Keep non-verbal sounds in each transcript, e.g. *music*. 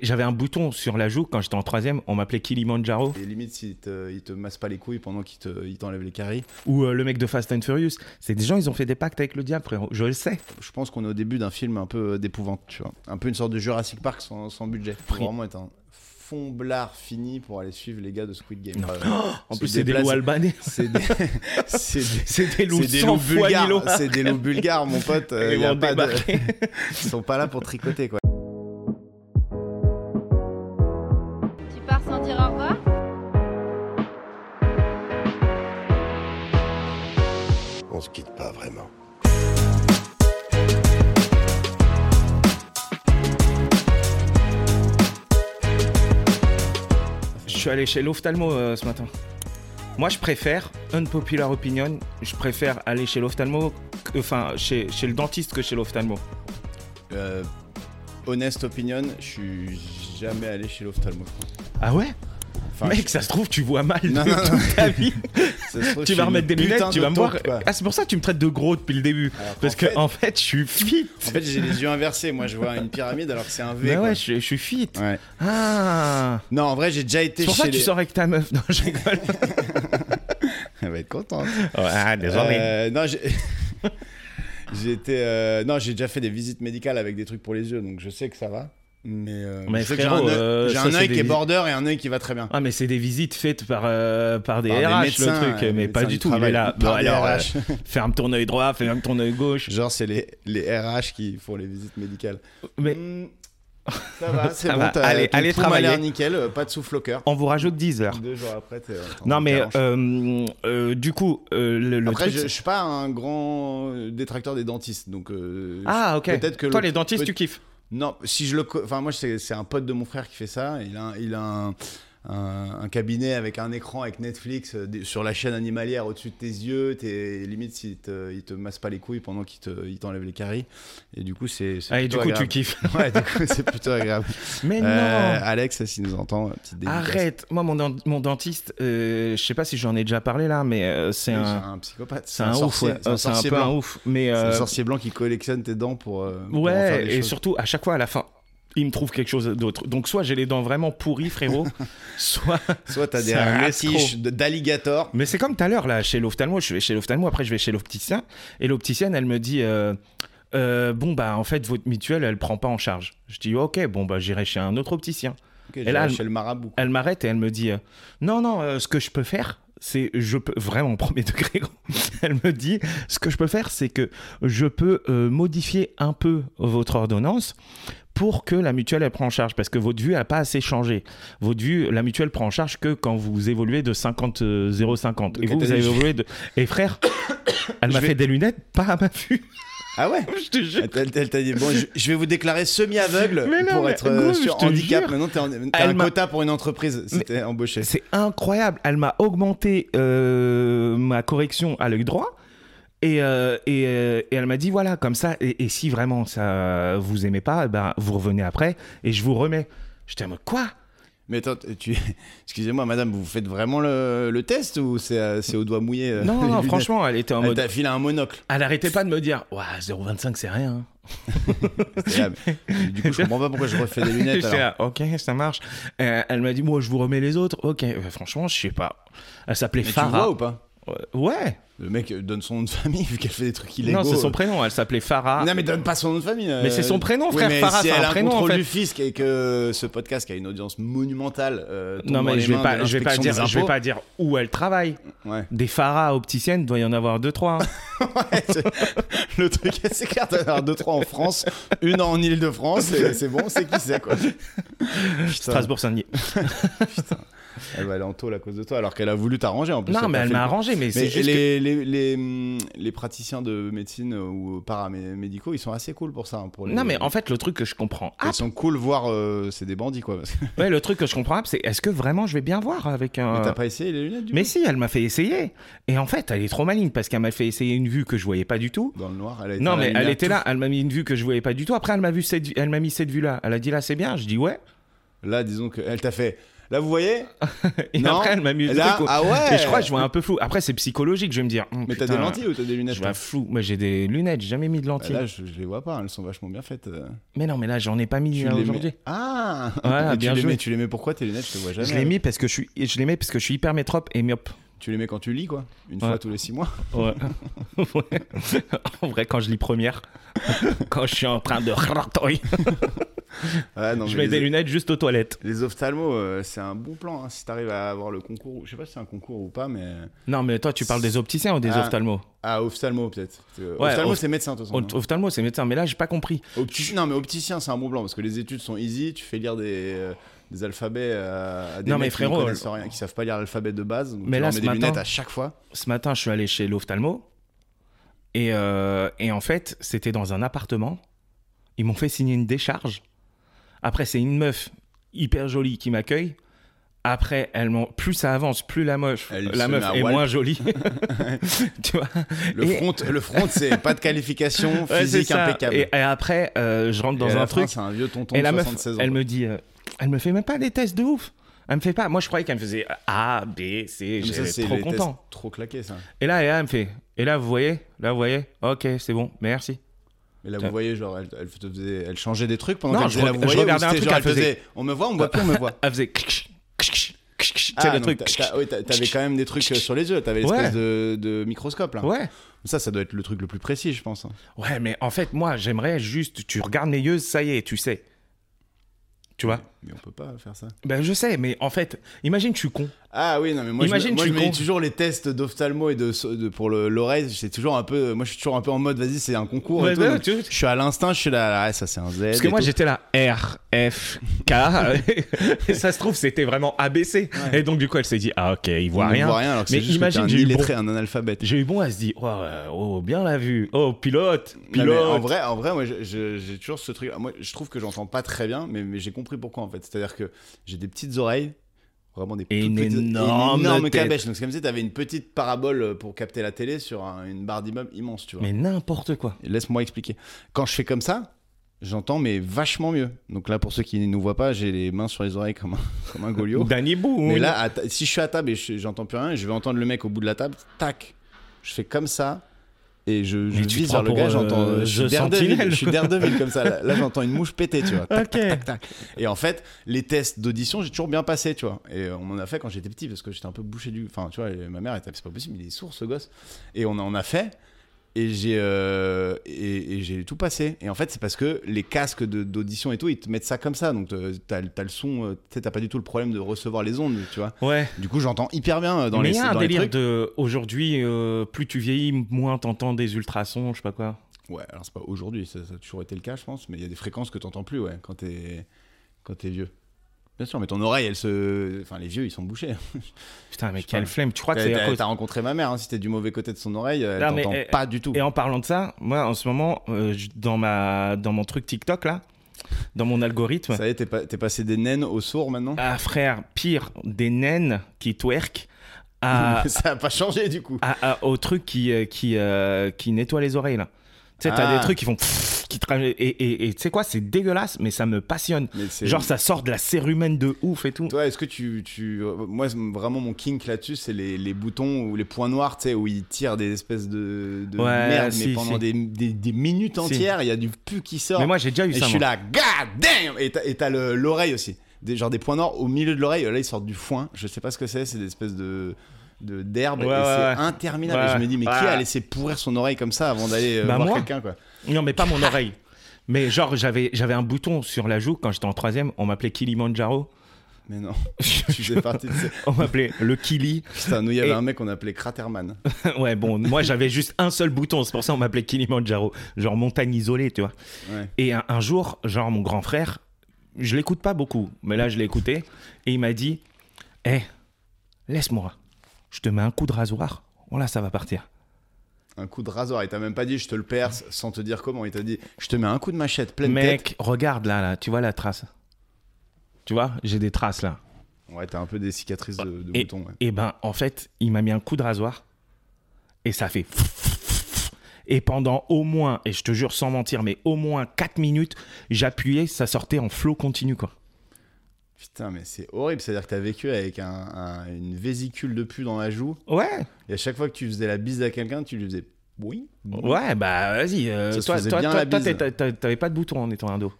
J'avais un bouton sur la joue quand j'étais en troisième, on m'appelait Kilimanjaro. Et limite, s'il te, il te masse pas les couilles pendant qu'il te- il t'enlève les caries. Ou euh, le mec de Fast and Furious. C'est des gens, ils ont fait des pactes avec le diable, frérot. Je le sais. Je pense qu'on est au début d'un film un peu euh, d'épouvante, tu vois. Un peu une sorte de Jurassic Park sans, sans budget. Faut Oui. vraiment être un fond blard fini pour aller suivre les gars de Squid Game. Euh, Oh, En se plus, c'est des déplacent- loups albanais. *laughs* *laughs* C'est des, c'est des- C'est *laughs* des loups c'est des sans loups foi ni bulgares. loi. C'est des loups bulgares, mon pote. euh, *laughs* Ils y a vont pas de- débarquer. *laughs* *laughs* Ils sont pas là pour tricoter, quoi. Tu pars sans dire au revoir On se quitte pas vraiment. Je suis allé chez l'ophtalmo euh, ce matin. Moi, je préfère, unpopular opinion, je préfère aller chez l'ophtalmo, que- enfin, chez, chez le dentiste que chez l'ophtalmo. Euh, honest opinion, je suis jamais allé chez l'ophtalmo. je crois. Ah ouais Enfin, Mec, je- ça se trouve, tu vois mal Non, de non, non. toute ta vie. ça se trouve, *laughs* tu je suis vas une remettre des putain lunettes, tu de vas me voir. taupe, quoi. Ah, c'est pour ça que tu me traites de gros depuis le début. Alors qu'en Parce que, fait- en fait, je suis fit. En fait, j'ai les yeux inversés. Moi, je vois une pyramide alors que c'est un V. Mais quoi. Bah ouais, je, je suis fit. Ouais. Ah Non, en vrai, j'ai déjà été C'est pour chez ça que les... tu *laughs* sors avec ta meuf. *laughs* Non, je rigole. Elle va être contente. ah, Euh, non, j'ai... *laughs* j'ai été... euh, Non, j'ai déjà fait des visites médicales avec des trucs pour les yeux, donc je sais que ça va. Mais, euh, Mais je sais que frérot, j'ai un œil, euh, j'ai ça, un c'est œil des qui est vis- border et un œil qui va très bien. Ah, mais c'est des visites faites par, euh, par des Par des RH, médecins, le truc. euh, Mais des pas médecins du du tout. Il est travail, là. Bon, par des alors, euh, RH. ferme ton œil droit, ferme ton œil gauche. *laughs* Genre, c'est les, les RH qui font les visites médicales. Mais *laughs* Hmm, Ça va, c'est Ça bon. va. t'as- Allez- ton allez poum a l'air travailler. nickel, euh, pas de souffle au cœur. on vous rajoute 10 heures. Deux jours après, t'es... euh, t'es Non, en mais calanche. euh, euh, du coup, euh, le, le Après, truc. je, je c'est- suis pas un grand euh, détracteur des dentistes, donc. euh, Ah, ok. peut-être que Toi, le- les dentistes, tu kiffes. Non, si je le. co- Enfin, moi, c'est c'est un pote de mon frère qui fait ça. Il a, un- il a un, un- un cabinet avec un écran, avec Netflix, euh, des- sur la chaîne animalière au-dessus de tes yeux. T'es limite, s'il te, il te masse pas les couilles pendant qu'il te- il t'enlève les caries. Et du coup, c'est. c'est Ah, et du plutôt coup, tu agréable. *laughs* kiffes. *laughs* Ouais, du coup, c'est plutôt agréable. Mais Euh, non Alex, si nous entend, euh, petite dédicace. Arrête Moi, mon, dent- mon dentiste, euh, je sais pas si j'en ai déjà parlé là, mais euh, c'est Oui, un. psychopathe. C'est un, ouf, sorcier- ouais. Euh, c'est un, sorcier peu un blanc. ouf. Mais, C'est euh, un sorcier blanc qui collectionne tes dents pour. euh, pour en faire ouais, des et choses. surtout, à chaque fois, à la fin, il me trouve quelque chose d'autre. Donc, soit j'ai les dents vraiment pourries, frérot, *laughs* soit. Soit t'as des C'est un rétiches de- d'alligator. Mais c'est comme tout à l'heure, là, chez l'ophtalmo, je vais chez l'ophtalmo, après, je vais chez l'opticien. Et l'opticienne, elle me dit. euh, Euh, bon bah en fait votre mutuelle elle prend pas en charge. Je dis ok bon bah j'irai chez un autre opticien. Ok, Et j'ai là, lâché le marabout. Elle m'arrête et elle me dit euh, non non euh, ce que je peux faire c'est je peux vraiment premier degré gros. *laughs* elle me dit ce que je peux faire c'est que je peux euh, modifier un peu votre ordonnance pour que la mutuelle elle prend en charge parce que votre vue a pas assez changé votre vue la mutuelle prend en charge que quand vous évoluez de 50 euh, 0,50 De et vous vous avez catalyse. évolué de et *coughs* frère elle Je m'a vais- fait des lunettes pas à ma vue *laughs* Ah ouais je te jure Elle t'a- elle t'a dit, bon, je, je vais vous déclarer semi-aveugle Mais non, pour mais être euh, gros, sur je te handicap. jure. Maintenant, t'es en- t'as Elle un m'a- quota pour une entreprise si Mais- t'es embauché. C'est incroyable. Elle m'a augmenté euh, ma correction à l'œil droit. Et, euh, et, euh, et elle m'a dit voilà, comme ça, et, et si vraiment ça vous aimez pas, eh ben, vous revenez après et je vous remets. J'étais en mode quoi Mais attends, tu... excusez-moi, madame, vous faites vraiment le, le test ou c'est euh, c'est au doigt mouillé euh, Non, non, les non, lunettes franchement, elle était en Elle mode. t'a filé *laughs* un monocle. Elle arrêtait pas de me dire ouais, 0,25 c'est rien. C'est là, mais- du coup, je comprends pas pourquoi je refais des lunettes. *laughs* J'étais alors. là, ok, ça marche. Euh, elle m'a dit moi, je vous remets les autres. Ok, Euh, franchement, je sais pas. Elle s'appelait Mais tu vois Farah. ou pas Ouais. Le mec euh, donne son nom de famille vu qu'elle fait des trucs illégaux. Non, c'est son prénom. Elle s'appelait Farah. Non mais donne pas son nom de famille. euh. Ah. Mais c'est son prénom, Oui, frère, mais Farah, si c'est elle un a un prénom, en contrôle fait. du fisc et que ce podcast qui a une audience monumentale. euh, tombe Non dans mais les je vais mains pas, de je vais pas l'inspection dire, des je vais impôts. pas dire où elle travaille. Ouais. Des Farah opticiennes, doit y en avoir deux trois. hein. Le truc, *laughs* c'est clair, t'en as deux, trois en France, une en Île-de-France, et c'est bon, c'est qui c'est, quoi. *laughs* Putain, Strasbourg Saint-Denis. Elle va aller en taule à cause de toi, alors qu'elle a voulu t'arranger en plus. Non mais t'a elle fait m'a le- arrangé, mais, c'est Mais juste. que- les, les, les, hum, les praticiens de médecine euh, ou paramédicaux, ils sont assez cool pour ça. hein, pour les- Non mais en fait le truc que je comprends. Ils Ah, sont cool, voire euh, c'est des bandits, quoi. parce que- ouais, le truc que je comprends, c'est est-ce que vraiment je vais bien voir avec Mais un. t'as pas essayé les lunettes, du Mais si, elle m'a fait essayer. Et en fait, elle est trop maligne parce qu'elle m'a fait essayer une vue que je voyais pas du tout. coup Dans le noir, elle a été Non mais elle était là, elle m'a mis une vue que je voyais pas du tout. Après elle m'a vu cette, vue- elle m'a mis cette vue là. Elle a dit là c'est bien. Je dis ouais. Là, disons qu'elle t'a fait. Là, vous voyez Et Non, après, elle m'a mis le Là, truc. au- ah ouais Et je crois que je vois un peu flou. Après, c'est psychologique, je vais me dire. Hum, Mais t'as putain, des lentilles ou t'as des lunettes Je toi vois flou. Moi, j'ai des lunettes, j'ai jamais mis de Bah lentilles. Là, je, je les vois pas, elles sont vachement bien faites. euh. Mais non, mais là, j'en ai pas mis Tu hein, les mets- aujourd'hui. Ah Voilà, Et tu bien les joué. mets, tu les mets pourquoi tes lunettes Je te vois jamais. Je l'ai mis parce que je suis, je les mets parce que je suis hypermétrope et myope. Tu les mets quand tu lis, quoi. Une Ouais. fois tous les six mois. *laughs* Ouais. *laughs* Ouais. en vrai, quand je lis première, *laughs* quand je suis en train de Ah, non, je mais mets des les, lunettes juste aux toilettes. les ophtalmos, euh, c'est un bon plan. hein, si t'arrives à avoir le concours, ou- je sais pas si c'est un concours ou pas, mais. Non, mais toi, tu parles des opticiens ou des Ah. ophtalmos Ah, ophtalmo peut-être. Euh, Ouais, ophtalmo, oph- c'est médecin, de toute façon. hein. Ophtalmos, Ophtalmo, c'est médecin, mais là, j'ai pas compris. Opti- Non, mais opticien, c'est un bon plan parce que les études sont easy. Tu fais lire des, euh, des alphabets à, à des Non, mecs mais frérot, qui ne connaissent le- rien, qui savent pas lire l'alphabet de base. Donc Mais là, tu leur ce mets des matin- lunettes à *laughs* chaque fois. Ce matin, je suis allé chez l'ophtalmo et, euh, et en fait, c'était dans un appartement. Ils m'ont fait signer une décharge. Après, c'est une meuf hyper jolie qui m'accueille. Après, elle m'en- plus ça avance, plus la meuf, Elle la se meuf met à est Walp. moins *laughs* jolie. *laughs* tu vois Le Et- front, le front, c'est pas de *laughs* qualification Ouais, c'est physique ça. impeccable. Et, et après, euh, je rentre Et dans à la un fin, truc. C'est un vieux tonton Et de la meuf, 76 ans. elle me dit, euh, elle me fait même pas des tests de ouf. Elle me fait pas. Moi, je croyais qu'elle me faisait A, B, C. Comme ça, J'étais c'est trop les tests content. Trop claqué ça. Et là, et là, elle me fait. Et là, vous voyez, là, vous voyez. Ok, c'est bon. Merci. Mais là, Putain. vous voyez, genre, elle, elle, te faisait- elle changeait des trucs pendant Non, qu'elle je faisait la reg- vous je voyez, ou regardais un c'était truc, genre, elle elle faisait- faisait on me voit, on me voit plus, on *laughs* me voit. Elle faisait. clic, clic, clic, clic, clic. Ah, C'est le donc truc. t'as- t'as- ouais, t'as- T'avais quand même des trucs euh, sur les yeux, t'avais l'espèce Ouais. de, de microscope là. Ouais. Ça, ça doit être le truc le plus précis, je pense. hein. Ouais, mais en fait, moi, j'aimerais juste. Tu regardes mes yeux, ça y est, tu sais. Tu vois Mais on peut pas faire ça. Ben, je sais, mais en fait, imagine, je suis con. Ah oui, non, mais moi, Imagine, je, tu me- moi, je me dis comptes. toujours les tests d'ophtalmo et de, de- pour le- l'oreille, c'est toujours un peu. Moi, je suis toujours un peu en mode, vas-y, c'est un concours. et Ouais, tout, ouais, donc tu- Je suis à l'instinct, je suis là, ah, ça c'est un Z. Parce que et moi tout. j'étais là R F K *laughs* et ça se trouve c'était vraiment ABC et donc du coup elle s'est dit ah ok il On voit ne rien. voit rien alors que Mais c'est juste imagine, que t'es j'ai un eu le illettré, un analphabète. J'ai eu bon à se dire oh, euh, oh, bien la vue oh pilote Non, mais pilote. en vrai, en vrai, moi, je- je- j'ai toujours ce truc. Moi, je trouve que j'entends pas très bien, mais, mais j'ai compris pourquoi en fait. C'est-à-dire que j'ai des petites oreilles, vraiment des Et toutes une petites, et énorme une énorme tête. cabèche. Donc c'est comme si t'avais une petite parabole pour capter la télé sur un- une barre d'immeuble immense, tu vois. Mais n'importe quoi. Et Laisse-moi expliquer. Quand je fais comme ça, j'entends mais vachement mieux. Donc là, pour ceux qui ne nous voient pas, j'ai les mains sur les oreilles comme un, *laughs* comme un goliot. Danny Boone. Mais là, à ta- si je suis à table et je- j'entends plus rien, et je vais entendre le mec au bout de la table, tac, je fais comme ça. Et je, Mais je tu te vise prends vers le pour, gars, euh, j'entends. euh, je, The suis Daredevil, Sentinel. je suis Daredevil comme ça. Là, là, j'entends une mouche péter, tu vois. Tac, Ok. tac, tac. Et en fait, les tests d'audition, j'ai toujours bien passé, tu vois. Et euh, on en a fait quand j'étais petit parce que j'étais un peu bouché du. Enfin, tu vois, et ma mère, elle était, c'est pas possible, il est sourd ce gosse. Et on en a fait. Et j'ai euh, et, et j'ai tout passé. Et en fait, c'est parce que les casques de- d'audition et tout, ils te mettent ça comme ça. Donc, euh, t'as le- t'as le son, euh, tu sais, t'as pas du tout le problème de recevoir les ondes, tu vois. ouais. Du coup, j'entends hyper bien euh, dans mais les il y a un dans les délire trucs. de aujourd'hui euh, plus tu vieillis moins t'entends des ultrasons je sais pas quoi. Ouais, alors c'est pas aujourd'hui, ça, ça a toujours été le cas, je pense, mais il y a des fréquences que t'entends plus, ouais, quand t'es quand t'es vieux. Bien sûr, mais ton oreille, elle se, enfin, les vieux, ils sont bouchés. Putain mais Je sais pas. quelle flemme tu crois que T'as c'est à t'as- cause. t'as rencontré ma mère, hein, si t'es du mauvais côté de son oreille, elle Non, mais, t'entend eh, pas du tout. Et en parlant de ça moi en ce moment euh, je- dans ma dans mon truc TikTok là dans mon algorithme Ça y est, t'es pas- t'es passé des naines aux sourds maintenant. Ah frère, pire, des naines qui twerk *laughs* à, ça a pas changé du coup. à- à- au truc qui, euh, qui, euh, qui nettoie les oreilles là. Tu sais, t'as Ah. des trucs qui font pfff, qui te ram- et, et, et tu sais quoi, c'est dégueulasse, mais ça me passionne. Mais c'est- Genre ça sort de la cérumen de ouf et tout. Toi, est-ce que tu, tu... Moi, c'est vraiment, mon kink là-dessus, c'est les, les boutons ou les points noirs, tu sais, où ils tirent des espèces de, de Ouais, merde, mais si, pendant si. des, des- des minutes Si. entières, il y a du pu qui sort. Mais moi j'ai déjà eu et ça. je suis moi. là, god damn Et t'as- Et t'as le- l'oreille aussi. Des, genre des points noirs au milieu de l'oreille, là, ils sortent du foin. Je sais pas ce que c'est, c'est des espèces de de- d'herbe Ouais, et ouais, c'est ouais. interminable Ouais, et je me dis mais qui ouais. a laissé pourrir son oreille comme ça avant d'aller euh, Bah, voir moi. quelqu'un quoi Non mais pas mon oreille. Mais genre j'avais j'avais un bouton sur la joue quand j'étais en troisième, on m'appelait Kilimanjaro. mais *laughs* non tu faisais partie de ces- on m'appelait le Kili. *laughs* putain nous il y avait Et- un mec qu'on appelait Craterman ouais bon, moi j'avais juste un seul bouton, c'est pour ça on m'appelait Kilimanjaro, genre montagne isolée, tu vois. ouais. Et un, un jour, genre mon grand frère, je l'écoute pas beaucoup, mais là je l'ai écouté, et il m'a dit Hé, laisse-moi, je te mets un coup de rasoir, voilà, ça va partir. un coup de rasoir il t'a même pas dit je te le perce sans te dire comment il t'a dit je te mets un coup de machette pleine Mec, tête regarde là, là, tu vois la trace Tu vois, j'ai des traces là. ouais t'as un peu des cicatrices de, de Et, boutons ouais. et ben, en fait, il m'a mis un coup de rasoir, et ça fait. Et pendant au moins, et je te jure sans mentir, mais au moins 4 minutes, j'appuyais, ça sortait en flot continu, quoi. Putain, mais c'est horrible. C'est-à-dire que t'as vécu avec un- un- une vésicule de pu dans la joue. Ouais, Et à chaque fois que tu faisais la bise à quelqu'un, tu lui faisais oui. ouais, bah vas-y. euh, Ça se toi, faisait toi, bien toi, la toi, bise. t'as- t'as- t'avais pas de bouton en étant ado.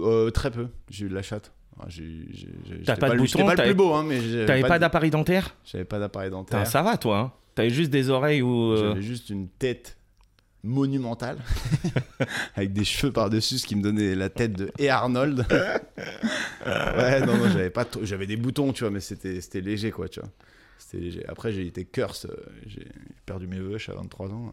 Euh, très peu. J'ai eu de la chatte. Ah, j'ai- j'ai- j'ai- j'étais T'as pas de le- bouton, j'étais pas le t'avais- plus beau, hein, mais j'avais T'avais pas de- d'appareil dentaire j'avais pas d'appareil dentaire. Putain, Ça va, toi. hein. T'avais juste des oreilles ou. euh, J'avais juste une tête monumentale *laughs* avec des cheveux par-dessus, ce qui me donnait la tête de et Arnold. ouais, non, non, j'avais pas trop- j'avais des boutons, tu vois, mais c'était c'était léger quoi, tu vois. C'était léger. Après j'ai été curse, euh, j'ai perdu mes vœux à 23 ans.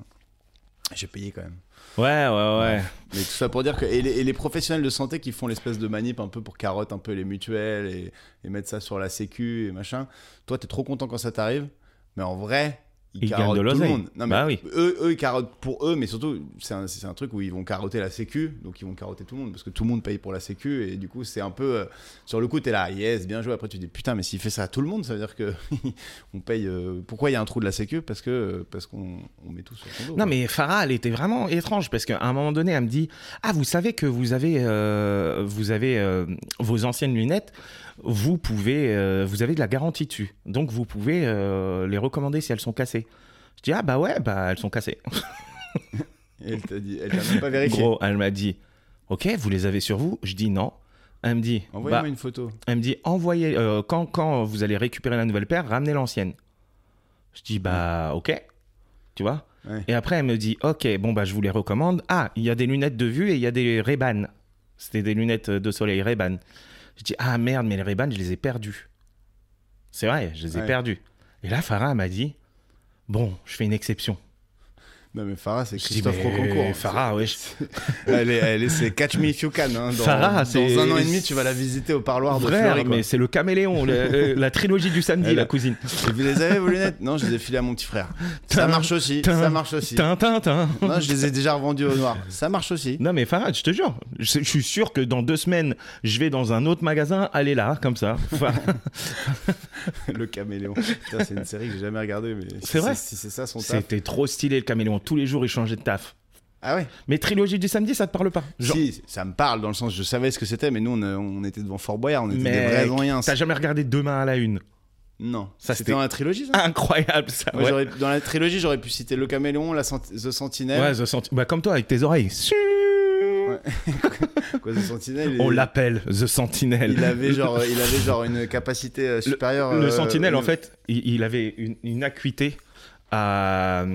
J'ai payé quand même. Ouais, ouais, ouais. Mais tout ça pour dire que et les, et les professionnels de santé qui font l'espèce de manip un peu pour carotte un peu les mutuelles et, et mettre ça sur la sécu et machin. Toi t'es trop content quand ça t'arrive, mais en vrai Ils gagnent de carottent tout le l'oseille. monde. Non, mais Bah oui. eux, eux, ils carottent pour eux, mais surtout, c'est un, c'est un truc où ils vont carotter la Sécu, donc ils vont carotter tout le monde, parce que tout le monde paye pour la Sécu, et du coup, c'est un peu. euh, sur le coup, t'es là, yes, bien joué. Après, tu te dis, putain, mais s'il fait ça à tout le monde, ça veut dire que *laughs* on paye. euh, pourquoi il y a un trou de la Sécu Parce que euh, parce qu'on on met tout sur son dos. Non, quoi. mais Farah, elle était vraiment étrange parce qu'à un moment donné, elle me dit Ah, vous savez que vous avez, euh, vous avez euh, vos anciennes lunettes, vous pouvez, euh, vous avez de la garantie dessus. Donc, vous pouvez euh, les recommander si elles sont cassées. Je dis Ah, bah ouais, bah elles sont cassées. Et Elle t'a dit, elle t'a *laughs* même pas vérifié. Gros, elle m'a dit Ok, vous les avez sur vous Je dis non. Elle me dit, Envoyez-moi bah, une photo. elle me dit envoyez, euh, quand, quand vous allez récupérer la nouvelle paire, ramenez l'ancienne. Je dis Bah, ok. Tu vois Ouais. et après, elle me dit Ok, bon, bah, je vous les recommande. Ah, il y a des lunettes de vue et il y a des Ray-Ban. C'était des lunettes de soleil Ray-Ban. Je dis Ah merde, mais les Ray-Ban, je les ai perdues. C'est vrai, je les ai Ouais. perdues. Et là, Farah elle m'a dit Bon, je fais une exception. Non, mais Farah, c'est Je dis Christophe hein. Mais Roconcourt. Farah, ouais. je- Elle est, elle est- c'est Catch Me If You Can. hein. Dans, Farah, c'est- dans un an et demi, tu vas la visiter au parloir de Frère, Fleury, quoi. mais c'est le caméléon, le- la trilogie du samedi, *laughs* Elle la a- cousine. Et vous les avez vos lunettes Non, je les ai filées à mon petit frère. Ça Tin, marche aussi, tin, ça marche aussi. Tintin, tintin. Non, je les ai déjà revendues au noir. Ça *laughs* marche aussi. Non mais Farah, je te jure, je, je suis sûr que dans deux semaines, je vais dans un autre magasin, aller là, comme *laughs* ça. Farah- Le caméléon. Putain, c'est une série que j'ai jamais regardée, mais si C'est vrai. Si c'est ça son taf. C'était trop stylé le caméléon, tous les jours il changeait de taf. Ah ouais Mais trilogie du samedi, ça te parle pas Genre- Si, ça me parle dans le sens, je savais ce que c'était, mais nous, on, euh, on était devant Fort Boyard, on était Mec, des vrais moyens. T'as jamais regardé Demain à la une Non. Ça, C'était c'était- dans la trilogie, ça Incroyable ça. Moi, Ouais, j'aurais- Dans la trilogie, j'aurais pu citer Le Caméléon, la Sent- The Sentinelle. Ouais, The Senti- bah, comme toi avec tes oreilles. Quoi, The Sentinelle On il- l'appelle The Sentinelle. Il avait genre, il avait genre une capacité euh, supérieure. Le euh, Sentinelle en une- fait, il, il avait une, une acuité. À,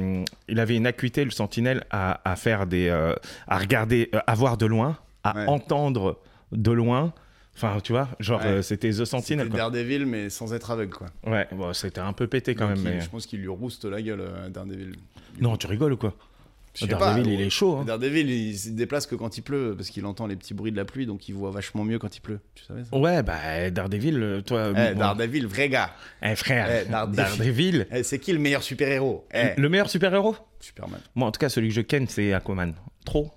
il avait une acuité le Sentinelle à, à faire des, euh, à regarder, euh, à voir de loin, à Ouais. entendre de loin. Enfin, tu vois, genre Ouais. euh, c'était The Sentinelle. C'était quoi. Daredevil, mais sans être aveugle, quoi. Ouais, bon, c'était un peu pété quand Donc, même. il- mais- euh, Je pense qu'il lui rouste la gueule, euh, Daredevil. Non, tu rigoles ou quoi Je sais Daredevil, pas, il ou- est chaud. hein. Daredevil, il se déplace que quand il pleut, parce qu'il entend les petits bruits de la pluie, donc il voit vachement mieux quand il pleut. Tu savais ça Ouais, bah Daredevil, euh, toi. Eh, bon. Daredevil, vrai gars. Eh, frère, Eh, Daredevil. Daredevil. Eh, c'est qui le meilleur super-héros *laughs* Eh, Le meilleur super-héros Superman. Moi, en tout cas, celui que je ken, c'est Aquaman. Trop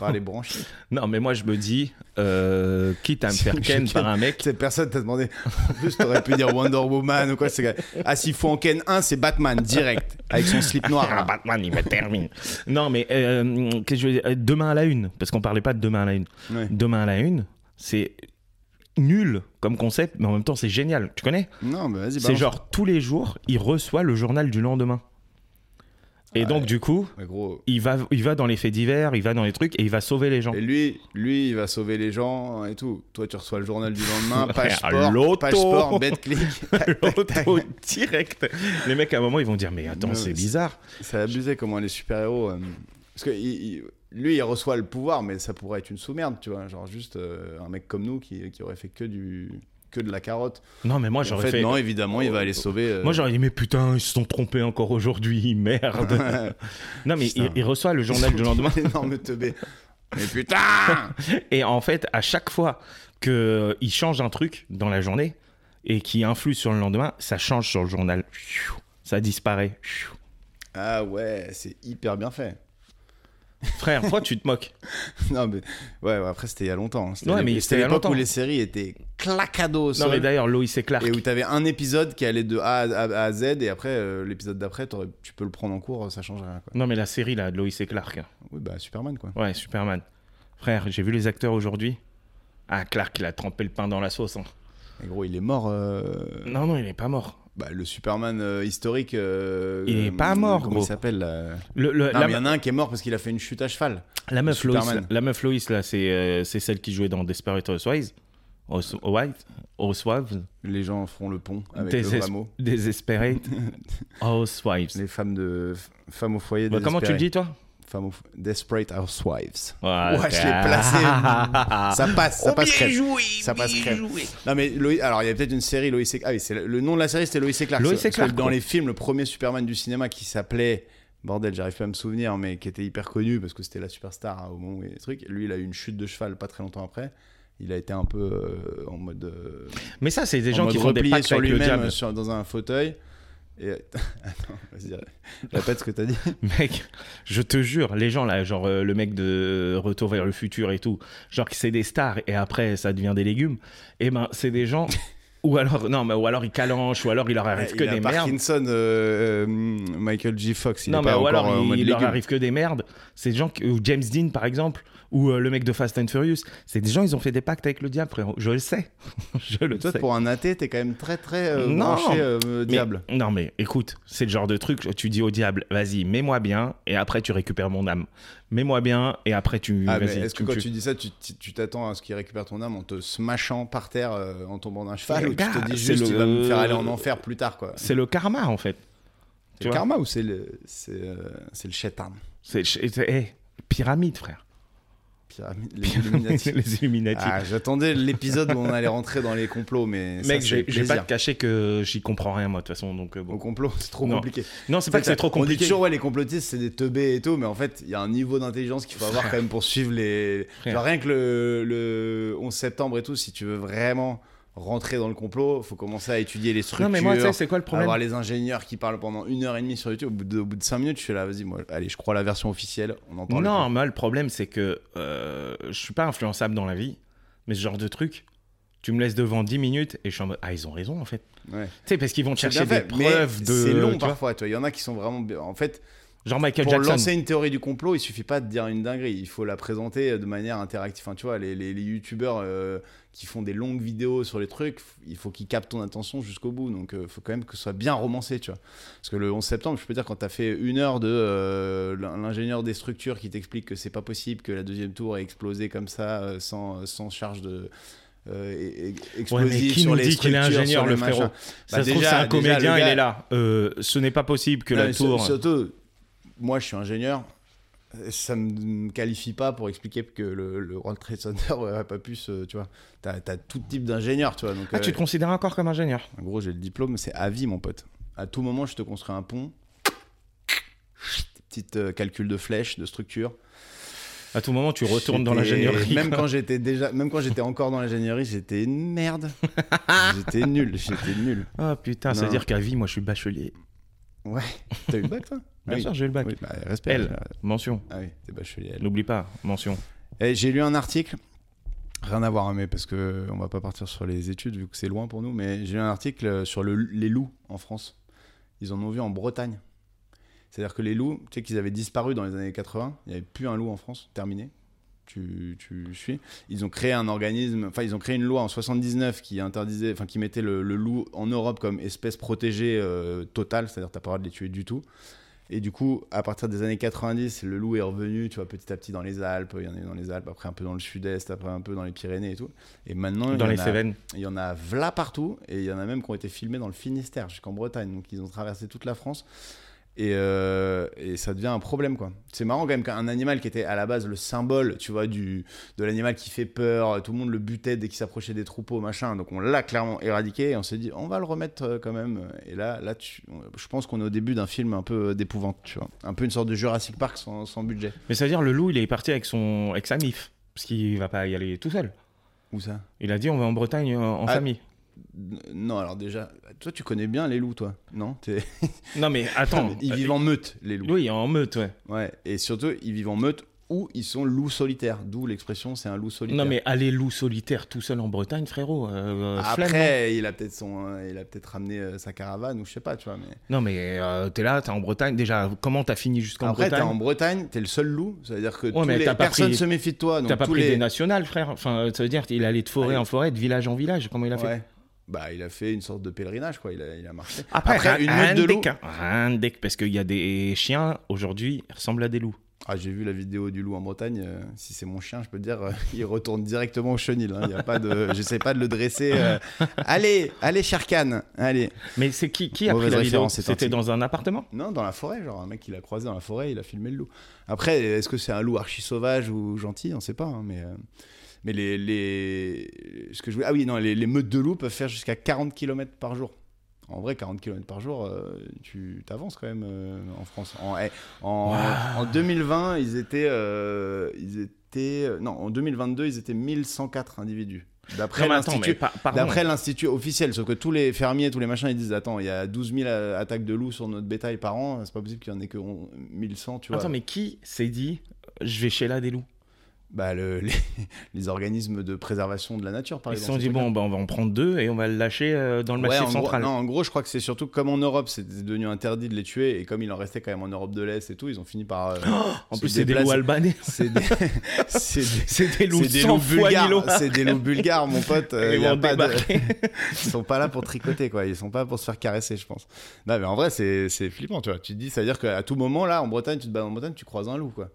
Par les branches. Non, mais moi, je me dis, euh, quitte *laughs* à me faire Je ken ken. par un mec. Cette personne t'a demandé. En plus, t'aurais pu dire Wonder Woman ou quoi. c'est- Ah, s'il faut en Ken 1, c'est Batman, direct. Avec son slip noir. *laughs* Ah, là. *laughs* Batman, il me termine. non, mais euh, qu'est-ce que je veux dire Euh, demain à la une, parce qu'on parlait pas de demain à la une. Ouais. Demain à la une, c'est nul comme concept, mais en même temps, c'est génial. Tu connais Non, mais vas-y, C'est balance. genre tous les jours, il reçoit le journal du lendemain. Et Ah, donc, ouais. du coup, Mais gros. il va, il va dans les faits divers, il va dans les trucs et il va sauver les gens. Et lui, lui, il va sauver les gens et tout. Toi, tu reçois le journal *laughs* du lendemain, Frère, page l'auto. sport, page sport, bet click. *laughs* L'auto direct. Les mecs, à un moment, ils vont dire Mais attends, Mais c'est ouais, bizarre. C'est abusé comment les super-héros. euh, parce que il- il- lui, il reçoit le pouvoir, mais ça pourrait être une sous-merde, tu vois. Genre juste euh, un mec comme nous qui, qui aurait fait que du que de la carotte. Non, mais moi, Et en j'aurais fait, fait. Oh. non, évidemment, il va aller sauver. euh, Moi, j'aurais dit Mais putain, ils se sont trompés encore aujourd'hui, *laughs* *laughs* merde. non, mais il, Putain. il reçoit le journal du lendemain. *laughs* Énorme teubé. Mais putain *laughs* Et en fait, à chaque fois qu'il change un truc dans la journée et qui influe sur le lendemain, ça change sur le journal. Ça disparaît. Ah ouais, c'est hyper bien fait. Frère, toi, tu te *laughs* moques. Non mais ouais, ouais, après c'était il y a longtemps. hein. C'était Ouais, l'ép- mais c'était il y a l'époque longtemps. où les séries étaient clacados. au Non, sol. mais d'ailleurs, Lois et Clark. Et où t'avais un épisode qui allait de A à, à- à Z, et après, euh, l'épisode d'après, t'aurais- tu peux le prendre en cours, euh, ça change rien. Quoi. Non, mais la série, là, de Lois et Clark. Oui, bah Superman, quoi. Ouais, Superman. Frère, j'ai vu les acteurs aujourd'hui. Ah, Clark, il a trempé le pain dans la sauce. hein. Et gros, il est mort. euh, Non, non, il n'est pas mort. bah, le Superman euh, historique. euh, Il est pas euh, mort, Comment gros. il s'appelle là Le- le- Non, la, Ah, mais il y en a un qui est mort parce qu'il a fait une chute à cheval. la meuf Lois, Superman. la meuf Lois, là, c'est euh, c'est celle qui jouait dans Desperate Housewives. House- White, Housewives, Les gens feront le pont avec Des le es- vrai mot. *laughs* Desperate Housewives. Les femmes de f- femmes au foyer. Bah, comment tu le désespérées. dis, toi Femmes au fo- Desperate Housewives. Ouais, Ouais, je l'ai t'as- *laughs* placé. Ah. ça passe, Oh, ça passe crème. joué, Ça passe crème. Non mais Loï- alors il y a peut-être une série Lois et... ah oui, c'est le- le nom de la série c'était Lois et Clark. Lois Parce et que Clark, Dans quoi. les films, le premier Superman du cinéma qui s'appelait bordel, j'arrive pas à me souvenir, mais qui était hyper connu parce que c'était la superstar hein, au moment où il y a des trucs. Lui, il a eu une chute de cheval pas très longtemps après. Il a été un peu euh, en mode euh, Mais ça, c'est des en gens mode qui font des replié pactes sur avec le lui-même diable. *laughs* euh, sur- dans un fauteuil. Et *laughs* attends, vas-y, répète ce que t'as dit. Mec, je te jure, les gens là, genre euh, le mec de Retour vers le futur et tout, genre que c'est des stars et après ça devient des légumes, et ben c'est des *laughs* gens. Ou alors, non, mais ou alors ils calanchent, ou alors il leur arrive que il a des merdes. Parkinson, euh, euh, Michael J. Fox, il Non, est mais pas ou encore alors euh, en mode il leur légume. arrive que des merdes. C'est des gens, qui- ou James Dean par exemple, ou euh, le mec de Fast and Furious, c'est des gens, ils ont fait des pactes avec le diable, frérot. Je le sais. *laughs* je le Toi, sais. pour un athée, t'es quand même très très euh, Non. branché euh, diable. Mais- non, mais écoute, c'est le genre de truc, tu dis au diable, vas-y, mets-moi bien, et après tu récupères mon âme. Mets-moi bien, et après tu. Ah, mais vas-y, Est-ce que tu me quand tues. tu dis ça, tu tu- tu t'attends à ce qu'il récupère ton âme en te smashant par terre euh, en tombant d'un cheval Mais ou tu gars, te dis Eh ben, c'est juste le- il va me faire aller en enfer plus tard quoi C'est le karma en fait. C'est tu le vois. karma ou c'est le c'est euh, c'est le shaitan C'est c'est- hey, pyramide, frère. Pyramide, *laughs* les Illuminati. les Illuminati. Ah, j'attendais l'épisode où on allait rentrer dans les complots, mais ça, Mec, c'est j'ai j'ai pas plaisir. te cacher que j'y comprends rien moi de toute façon. Donc, euh, bon. Au complot, c'est trop Non. compliqué. Non, c'est pas que c'est trop On dit compliqué. toujours, ouais, les complotistes, c'est des teubés et tout, mais en fait, il y a un niveau d'intelligence qu'il faut avoir quand même pour suivre les. Frère. Genre, rien que le, le 11 septembre et tout, si tu veux vraiment rentrer dans le complot, faut commencer à étudier les structures. non, mais moi, tu sais, c'est quoi le problème avoir les ingénieurs qui parlent pendant une heure et demie sur YouTube, au bout de, au bout de cinq minutes, je suis là, vas-y, moi, allez, je crois la version officielle, on entend le Non, moi, le problème, c'est que euh, je suis pas influençable dans la vie, mais ce genre de truc. Tu me laisses devant 10 minutes et je suis en mode Ah, ils ont raison en fait. truc. Ouais. Tu sais, parce qu'ils vont te C'est chercher bien des fait, mais preuves de. C'est long tu vois, parfois, tu vois. Il y en a qui sont vraiment. bien- En fait, genre Michael pour Jackson. lancer une théorie du complot, il suffit pas de dire une dinguerie, il faut la présenter de manière interactive. Enfin, tu vois, les, les, les youtubeurs euh, qui font des longues vidéos sur les trucs, f- il faut qu'ils captent ton attention jusqu'au bout. Donc, il faut quand même que ce soit bien romancé, tu vois. Parce que le 11 septembre, je peux dire, quand tu as fait une heure de euh, l'in- l'ingénieur des structures qui t'explique que c'est pas possible, que la deuxième tour est explosée comme ça, euh, sans, sans charge de. Euh, e- e- Ouais, mais explosive qui sur nous les dit qu'il est structures, sur ingénieur, les le frérot machins. Ça Bah, se trouve, déjà- c'est un déjà, le comédien, il gars- est là. Euh, ce n'est pas possible que Non, la mais tour. sur- Surtout, moi, je suis ingénieur. Ça me qualifie pas pour expliquer que le, le World Trade Center *laughs* aurait pas pu se. Tu vois, t'as as tout type d'ingénieur, tu vois. Donc, Ah, tu euh, te considères encore comme ingénieur En gros, j'ai le diplôme, c'est à vie, mon pote. À tout moment, je te construis un pont. Petite euh, calcul de flèche, de structure. À tout moment, tu retournes dans J'étais- l'ingénierie. *laughs* Même quand j'étais déjà, même quand j'étais encore dans l'ingénierie, j'étais *laughs* une merde. j'étais nul, j'étais nul. Ah putain, Non. c'est-à-dire qu'à vie, moi je suis bachelier. Ouais. T'as eu le bac, toi Bien Ah oui. sûr, j'ai eu le bac. Oui, bah, respect. Elle. respect. Mention. Ah oui, t'es bachelier. elle. N'oublie pas, mention. Eh, J'ai lu un article, rien à voir, hein, mais parce que on va pas partir sur les études vu que c'est loin pour nous, mais j'ai lu un article euh, sur le- les loups en France. Ils en ont vu en Bretagne. C'est-à-dire que les loups, tu sais qu'ils avaient disparu dans les années 80, il n'y avait plus un loup en France, terminé. Tu, tu suis. Ils ont créé un organisme, enfin ils ont créé une loi en 79 qui interdisait, enfin qui mettait le, le loup en Europe comme espèce protégée euh, totale, c'est-à-dire t'as pas le droit de les tuer du tout. Et du coup, à partir des années 90, le loup est revenu, tu vois, petit à petit dans les Alpes, il y en a eu dans les Alpes, après un peu dans le sud-est, après un peu dans les Pyrénées et tout. Et maintenant, il y Dans en les a- Cévennes. il y en a v'là partout, et il y en a même qui ont été filmés dans le Finistère, jusqu'en Bretagne. Donc ils ont traversé toute la France. Et, euh, et ça devient un problème, quoi. C'est marrant quand même qu'un animal qui était à la base le symbole, tu vois, du, de l'animal qui fait peur, tout le monde le butait dès qu'il s'approchait des troupeaux, machin. Donc on l'a clairement éradiqué et on s'est dit, on va le remettre euh, quand même. Et là, là tu- je pense qu'on est au début d'un film un peu euh, d'épouvante, tu vois. Un peu une sorte de Jurassic Park sans, sans budget. Mais ça veut dire le loup, il est parti avec son avec sa mif, parce qu'il va pas y aller tout seul. Où ça Il a dit on va en Bretagne euh, en Ah. famille. N- Non, alors déjà, toi tu connais bien les loups, toi, non T'es- *laughs* Non mais attends. Euh, Ils vivent en meute, les loups. Oui, en meute, ouais. Ouais, et surtout, ils vivent en meute ou ils sont loups solitaires. D'où l'expression c'est un loup solitaire. Non mais aller loup solitaire tout seul en Bretagne, frérot. euh, flemme, non Après, il a peut-être son, euh, il a peut-être ramené euh, sa caravane ou je sais pas, tu vois. Mais Non mais euh, t'es là, t'es en Bretagne. Déjà, comment t'as fini jusqu'en après, t'es Bretagne en Bretagne, t'es le seul loup. Ça veut dire que tous mais les t'as pas personne pris- se méfie de toi. Donc T'as pas tous pris les... des nationales, frère. Enfin, euh, ça veut dire qu'il allait de forêt Allez. en forêt, de village en village. Comment il a fait Ouais. Bah, il a fait une sorte de pèlerinage, quoi. Il a, il a marché. Après, une un, meute de loups. deck, hein. Un deck, parce qu'il y a des chiens aujourd'hui ils ressemblent à des loups. Ah, j'ai vu la vidéo du loup en Bretagne. euh, si c'est mon chien, je peux te dire, euh, il retourne directement au chenil. hein. Il y a pas de, j'essaie pas de le dresser. *laughs* euh, Allez, allez, Sherkan, allez. Mais c'est qui qui a Mauvaise pris la vidéo référence, c'est C'était parti. dans un appartement. Non, dans la forêt, genre un mec qui l'a croisé dans la forêt, il a filmé le loup. Après, est-ce que c'est un loup archi sauvage ou gentil On sait pas. hein, mais euh, mais les, les ce que je voulais... ah oui non les, les meutes de loups peuvent faire jusqu'à 40 km par jour. En vrai, 40 km par jour, euh, tu t'avances quand même euh, en France. En, eh, en, en 2020, ils étaient, euh, ils étaient, euh, non, en 2022, ils étaient 1104 individus. D'après Non, mais attends, mais l'institut, par- pardon. D'après l'institut officiel, sauf que tous les fermiers, tous les machins, ils disent Attends, il y a 12 000 a- attaques de loups sur notre bétail par an, c'est pas possible qu'il y en ait que on- 1100, tu vois. Attends, mais qui s'est dit euh, je vais chez là des loups Bah, le- *laughs* les, les organismes de préservation de la nature, par Ils se exemple. sont ces dit bon, trucs-là. bah, on va en prendre deux et on va le lâcher euh, dans le Ouais, massif en gros, central. non, en gros, je crois que c'est surtout comme en Europe, c'était devenu interdit de les tuer, et comme il en restait quand même en Europe de l'Est et tout, ils ont fini par. euh, Oh, en se plus, c'est des loups déplacer. albanais. *laughs* C'est des, *laughs* c'est des- C'est *laughs* des loups c'est des cent loups fois bulgares, Milo. c'est des loups bulgares, *laughs* mon pote. euh, Ils y a vont pas de- *laughs* débarquer. Ils sont pas là pour tricoter, quoi. Ils sont pas pour se faire caresser, je pense. Non, mais en vrai, c'est c'est flippant, tu vois. Tu te dis, ça veut dire qu'à tout moment, là, en Bretagne, tu te balades en Bretagne, tu croises un loup, quoi.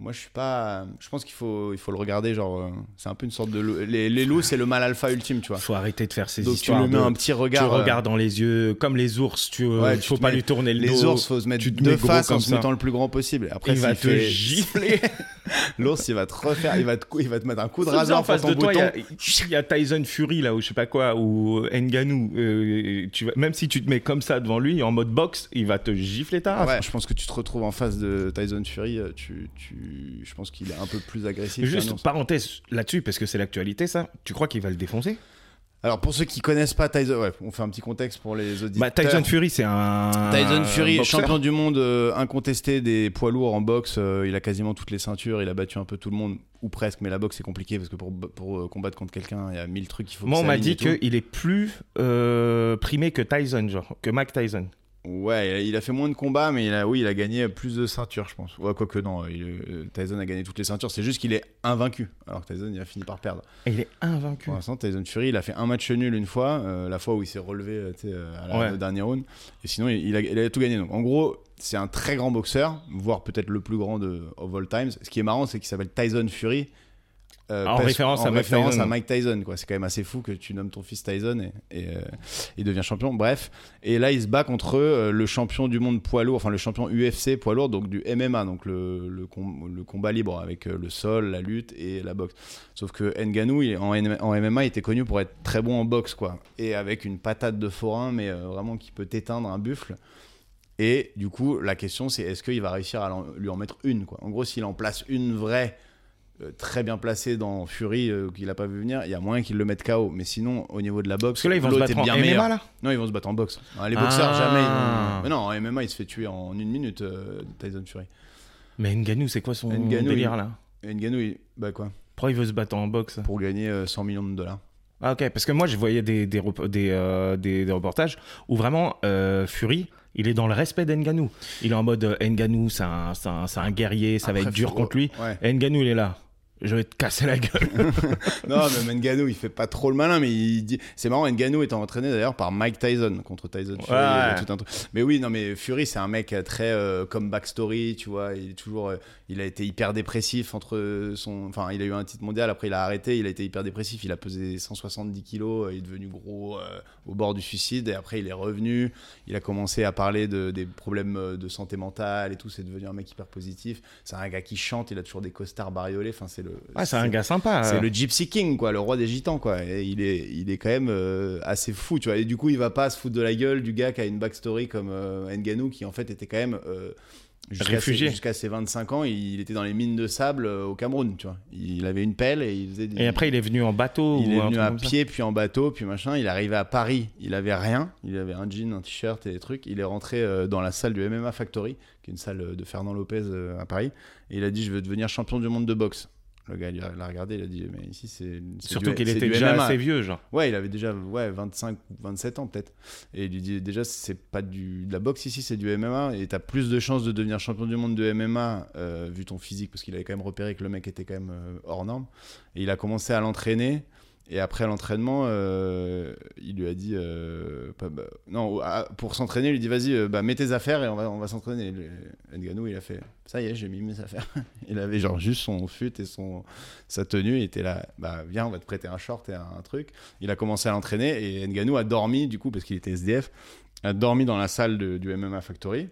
Moi, je suis pas. Je pense qu'il faut, il faut le regarder, genre. euh, C'est un peu une sorte de. loup- Les, les loups, c'est le mal alpha ultime, tu vois. Faut arrêter de faire ces Donc, tu histoires. lui mets de- un petit Tu regard. euh, regardes dans les yeux, comme les ours, tu euh, Ouais, tu faut te pas mets- lui tourner le dos. Les ours, faut se mettre tu te deux mets gros faces comme en se ça. mettant le plus grand possible. Après, il va s'il te fait- gifler. *laughs* L'ours, il va te refaire, il va te, cou- il va te mettre un coup *laughs* de Ça, rasoir en pour face ton de bouton. toi, il y a- il y, a Tyson Fury là ou je sais pas quoi ou Nganou. Euh, tu vas- même si tu te mets comme ça devant lui en mode boxe, il va te gifler ta race. Ouais, je pense que tu te retrouves en face de Tyson Fury, euh, tu, tu, je pense qu'il est un peu plus agressif. qu'un Juste ours. parenthèse là-dessus parce que c'est l'actualité ça. Tu crois qu'il va le défoncer Alors pour ceux qui connaissent pas Tyson, ouais, on fait un petit contexte pour les Bah auditeurs. Tyson Fury c'est un Tyson Fury, un boxeur. champion du monde euh, incontesté des poids lourds en boxe, euh, il a quasiment toutes les ceintures, il a battu un peu tout le monde, ou presque, mais la boxe c'est compliqué parce que pour, pour euh, combattre contre quelqu'un, il y a mille trucs qu'il faut Moi on que m'a ça hein. aligne dit et tout. qu'il est plus euh, primé que Tyson genre que Mike Tyson. Ouais, il a- il a fait moins de combats, mais il a, oui, il a gagné plus de ceintures, je pense. Ouais, quoique non, il- euh, Tyson a gagné toutes les ceintures, c'est juste qu'il est invaincu, alors que Tyson il a fini par perdre. Et il est invaincu. Pour l'instant, Tyson Fury, il a fait un match nul une fois, euh, la fois où il s'est relevé euh, tu sais, euh, à la Ouais. au dernier round. Et sinon, il, il a, il a tout gagné. Donc, en gros, c'est un très grand boxeur, voire peut-être le plus grand de of all times. Ce qui est marrant, c'est qu'il s'appelle Tyson Fury. euh, En parce- référence à Mike référence Tyson. à Mike Tyson, quoi. C'est quand même assez fou que tu nommes ton fils Tyson et, et, euh, il devient champion. Bref, et là il se bat contre euh, le champion du monde poids lourd, enfin le champion UFC poids lourd, donc du MMA, donc le, le, com- le combat libre avec euh, le sol, la lutte et la boxe. Sauf que Nganou, il- en, N- en MMA, il était connu pour être très bon en boxe, quoi. Et avec une patate de forain, mais euh, vraiment qui peut t'éteindre un buffle. Et du coup, la question, c'est est-ce qu'il va réussir à l'en- lui en mettre une, quoi. En gros, s'il en place une vraie, euh, très bien placée dans Fury, euh, qu'il a pas vu venir, il y a moyen qu'il le mette KO. Mais sinon, au niveau de la boxe, Parce que là ils vont se l'autre battre est en bien MMA meilleur. là. Non, ils vont se battre en boxe. Ah, les Ah. boxeurs, jamais. Ils vont- Mais non, en MMA, il se fait tuer en une minute, euh, Tyson Fury. Mais Nganou c'est quoi son Ngannou, délire il- là Et Ngannou, il- bah quoi Pourquoi il veut se battre en boxe Pour gagner euh, 100 millions de dollars. Ah ok, parce que moi je voyais des, des, rep- des, euh, des- des reportages où vraiment euh, Fury, il est dans le respect d'Enganou. Il est en mode euh, Ngannou, c'est un, c'est un- c'est un guerrier, ça va Après, être dur faut- contre lui. Ouais. Enganou il est là. Je vais te casser la gueule. Non, mais Ngannou, il fait pas trop le malin, mais il dit. C'est marrant, Ngannou est entraîné d'ailleurs par Mike Tyson contre Tyson Fury. Ouais. euh, tout un truc. Mais oui, non, mais Fury, c'est un mec euh, très euh, comme backstory, tu vois. Il est toujours, euh, il a été hyper dépressif entre son, enfin, il a eu un titre mondial, après il a arrêté, il a été hyper dépressif, il a pesé 170 kilos, euh, il est devenu gros euh, au bord du suicide, et après il est revenu, il a commencé à parler de, des problèmes euh, de santé mentale et tout, c'est devenu un mec hyper positif. C'est un gars qui chante, il a toujours des costards bariolés, enfin c'est le. Ah, c'est un gars sympa. c'est euh. le Gypsy King, quoi, le roi des gitans, quoi. Et il est, il est quand même euh, assez fou, tu vois. Et du coup, il va pas se foutre de la gueule du gars qui a une backstory comme euh, Ngannou, qui en fait était quand même euh, Jusqu'à ses, Réfugié. jusqu'à ses 25 ans, il était dans les mines de sable euh, au Cameroun, tu vois. Il avait une pelle et il faisait des- Et après, il est venu en bateau il ou est un venu truc à comme ça. pied, puis en bateau, puis machin. Il arrivait à Paris, il avait rien. Il avait un jean, un t-shirt et des trucs. Il est rentré euh, dans la salle du MMA Factory, qui est une salle euh, de Fernand Lopez euh, à Paris. Et il a dit Je veux devenir champion du monde de boxe. Le gars, il a il a regardé, il a dit Mais ici, c'est. c'est Surtout du- qu'il c'est était du déjà MMA. assez vieux, genre. Ouais, il avait déjà ouais, 25 ou 27 ans peut-être. Et il lui dit déjà, c'est pas du, de la boxe ici, c'est du MMA. Et t'as plus de chances de devenir champion du monde de MMA euh, vu ton physique, parce qu'il avait quand même repéré que le mec était quand même euh, hors norme. Et il a commencé à l'entraîner. Et après l'entraînement, euh, il lui a dit, euh, pas- bah, non, à- pour s'entraîner, il lui dit, vas-y, euh, bah, mets tes affaires et on va, on va s'entraîner. Le- Ngannou, il a fait, ça y est, j'ai mis mes affaires. *laughs* il avait genre juste son fut et son, sa tenue. Il était là, bah, viens, on va te prêter un short et un- un truc. Il a commencé à l'entraîner et Nganou a dormi, du coup, parce qu'il était SDF, a dormi dans la salle de- du MMA Factory.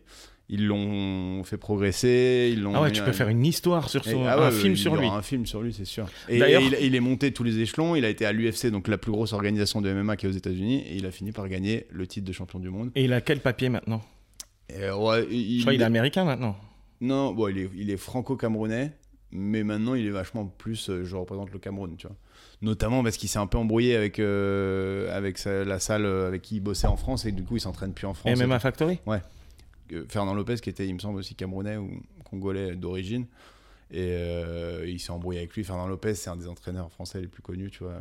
Ils l'ont fait progresser. Ils l'ont euh, Ah ouais, mis tu un- peux faire une histoire sur et- son... ah un ouais, film il sur y aura lui. Un film sur lui, c'est sûr. Et, D'ailleurs- et il, il est monté tous les échelons. Il a été à l'UFC, donc la plus grosse organisation de MMA qui est aux États-Unis, et il a fini par gagner le titre de champion du monde. Et il a quel papier maintenant Et euh, ouais, il, Je crois qu'il est américain maintenant. Non, bon, il est, il est franco-camerounais, mais maintenant il est vachement plus euh, je représente le Cameroun, tu vois. Notamment parce qu'il s'est un peu embrouillé avec, euh, avec sa- la salle euh, avec qui il bossait en France et du coup il s'entraîne plus en France. MMA Factory Euh, Fernand Lopez, qui était, il me semble, aussi camerounais ou congolais d'origine. Et euh, il s'est embrouillé avec lui. Fernand Lopez, c'est un des entraîneurs français les plus connus, tu vois.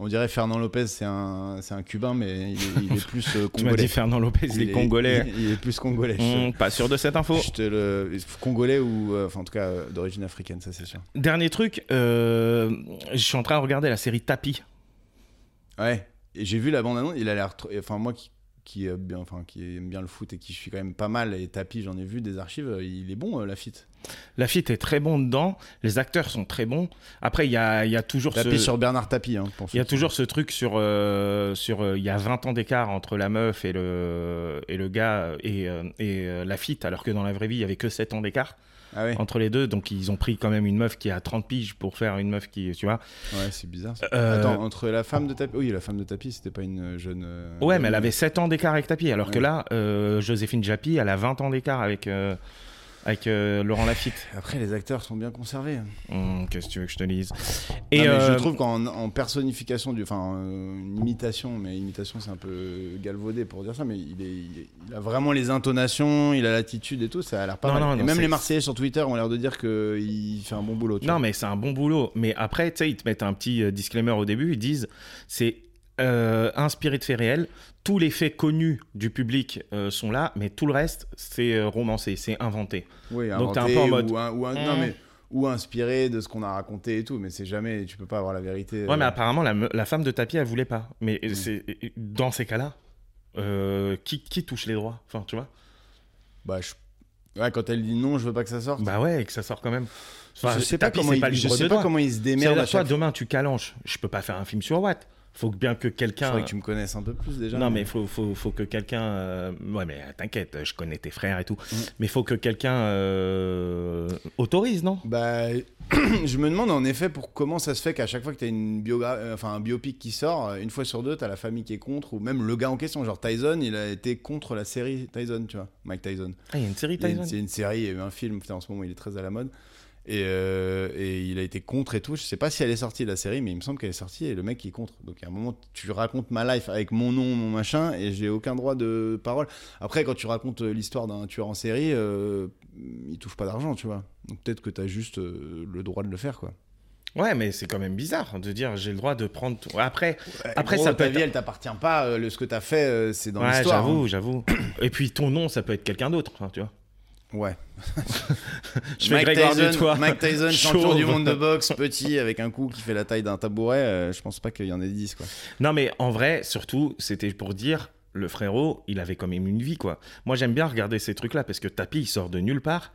On dirait Fernand Lopez, c'est un, c'est un cubain, mais il est, il *laughs* est plus euh, Tu m'as dit congolais. Fernand Lopez, il est congolais. Il, est plus congolais. je- Hmm, Pas sûr de cette info. je te le- Congolais ou. euh, Enfin, en tout cas, euh, d'origine africaine, ça c'est sûr. Dernier truc, euh, je suis en train de regarder la série Tapi. Ouais. Et j'ai vu la bande-annonce, il a l'air. trop- et, Enfin, moi qui, qui, aime bien, enfin, qui aime bien le foot et qui suis quand même pas mal, et tapis, j'en ai vu des archives, euh, il est bon, euh, Lafitte. Lafitte est très bon dedans, les acteurs sont très bons. Après, il y a, il y a toujours Tapie ce... sur Bernard Tapie, hein, pour Il y a ceux qui- toujours ce truc sur euh, sur euh, il y a 20 ans d'écart entre la meuf et le et le gars et euh, et euh, la fille alors que dans la vraie vie il y avait que 7 ans d'écart Ah ouais, entre les deux donc ils ont pris quand même une meuf qui a 30 piges pour faire une meuf qui tu vois ouais c'est bizarre. ça. Euh, Attends, entre la femme de Tapie. Oui, la femme de Tapie, c'était pas une jeune. euh, ouais mais elle avait 7 ans d'écart avec Tapi alors que Ouais. là euh, Joséphine Japy elle a 20 ans d'écart avec euh, avec euh, Laurent Lafitte. Après, les acteurs sont bien conservés. Hum, Qu'est-ce que tu veux que je te dise Et Et je euh, trouve qu'en en personnification, du, enfin, euh, une imitation, mais imitation c'est un peu galvaudé pour dire ça, mais il, est, il est- il a vraiment les intonations, il a l'attitude et tout, ça a l'air pas Non, mal. non, et non, même c'est- les Marseillais sur Twitter ont l'air de dire qu'il fait un bon boulot. tu Non, vois. mais c'est un bon boulot. Mais après, tu sais, ils te mettent un petit euh, disclaimer au début. Ils disent c'est euh, inspiré de faits réels. Tous les faits connus du public euh, sont là, mais tout le reste, c'est euh, romancé, c'est inventé. Oui, donc t'es inventé un peu en ou mode- un- ou un- non, Mm. mais- ou inspiré de ce qu'on a raconté et tout, mais c'est jamais, tu peux pas avoir la vérité. Ouais, mais euh, apparemment, la, me- la femme de tapis, elle voulait pas. Mais Mm. euh, c'est dans ces cas-là, euh, qui, qui touche les droits Enfin, tu vois bah, je- ouais, quand elle dit non, je veux pas que ça sorte. Bah ouais, et que ça sort quand même. Enfin, je sais pas Tapi, comment c'est il, pas je libre sais de pas droit. comment il se démerde à C'est-à-dire, toi, chaque fois. demain, tu calanches. Je peux pas faire un film sur Watt. Faut bien que Je quelqu'un. croyais que tu me connaisses un peu plus déjà. Non, mais faut, faut, faut que quelqu'un. euh, Ouais, mais euh, t'inquiète, je connais tes frères et tout. Mais faut que quelqu'un euh, autorise, non Bah, *clears throat* je me demande en effet pour comment ça se fait qu'à chaque fois que t'as une biogra- euh, enfin un biopic qui sort, euh, une fois sur deux, t'as la famille qui est contre, ou même le gars en question, genre Tyson, il a été contre la série Tyson, tu vois, Mike Tyson. Ah, il y a une série, Il y a une- Tyson C'est une série, il y a eu un film, putain, en ce moment il est très à la mode. Et, euh, et il a été contre et tout. Je sais pas si elle est sortie la série, mais il me semble qu'elle est sortie et le mec il est contre. Donc à un moment, tu racontes ma life avec mon nom, mon machin, et j'ai aucun droit de parole. Après, quand tu racontes euh, l'histoire d'un tueur en série, euh, il touche pas d'argent, tu vois. Donc peut-être que t'as juste euh, le droit de le faire, quoi. Ouais, mais c'est quand même bizarre de dire j'ai le droit de prendre. tout. Après, Ouais, Après, gros, ça peut ta être- vie, elle t'appartient pas. euh, le, ce que t'as fait, euh, c'est dans ouais, l'histoire. j'avoue, j'avoue. Et puis ton nom, ça peut être quelqu'un d'autre, enfin, tu vois. hein. Ouais. Je fais Grégoire Tyson, Dutoit. *laughs* Mike Tyson, Chauve. champion du monde de boxe, petit, avec un coup qui fait la taille d'un tabouret, euh, je pense pas qu'il y en ait 10. Quoi. Non, mais en vrai, surtout, c'était pour dire le frérot, il avait quand même une vie, quoi. Moi, j'aime bien regarder ces trucs-là parce que Tapi, il sort de nulle part.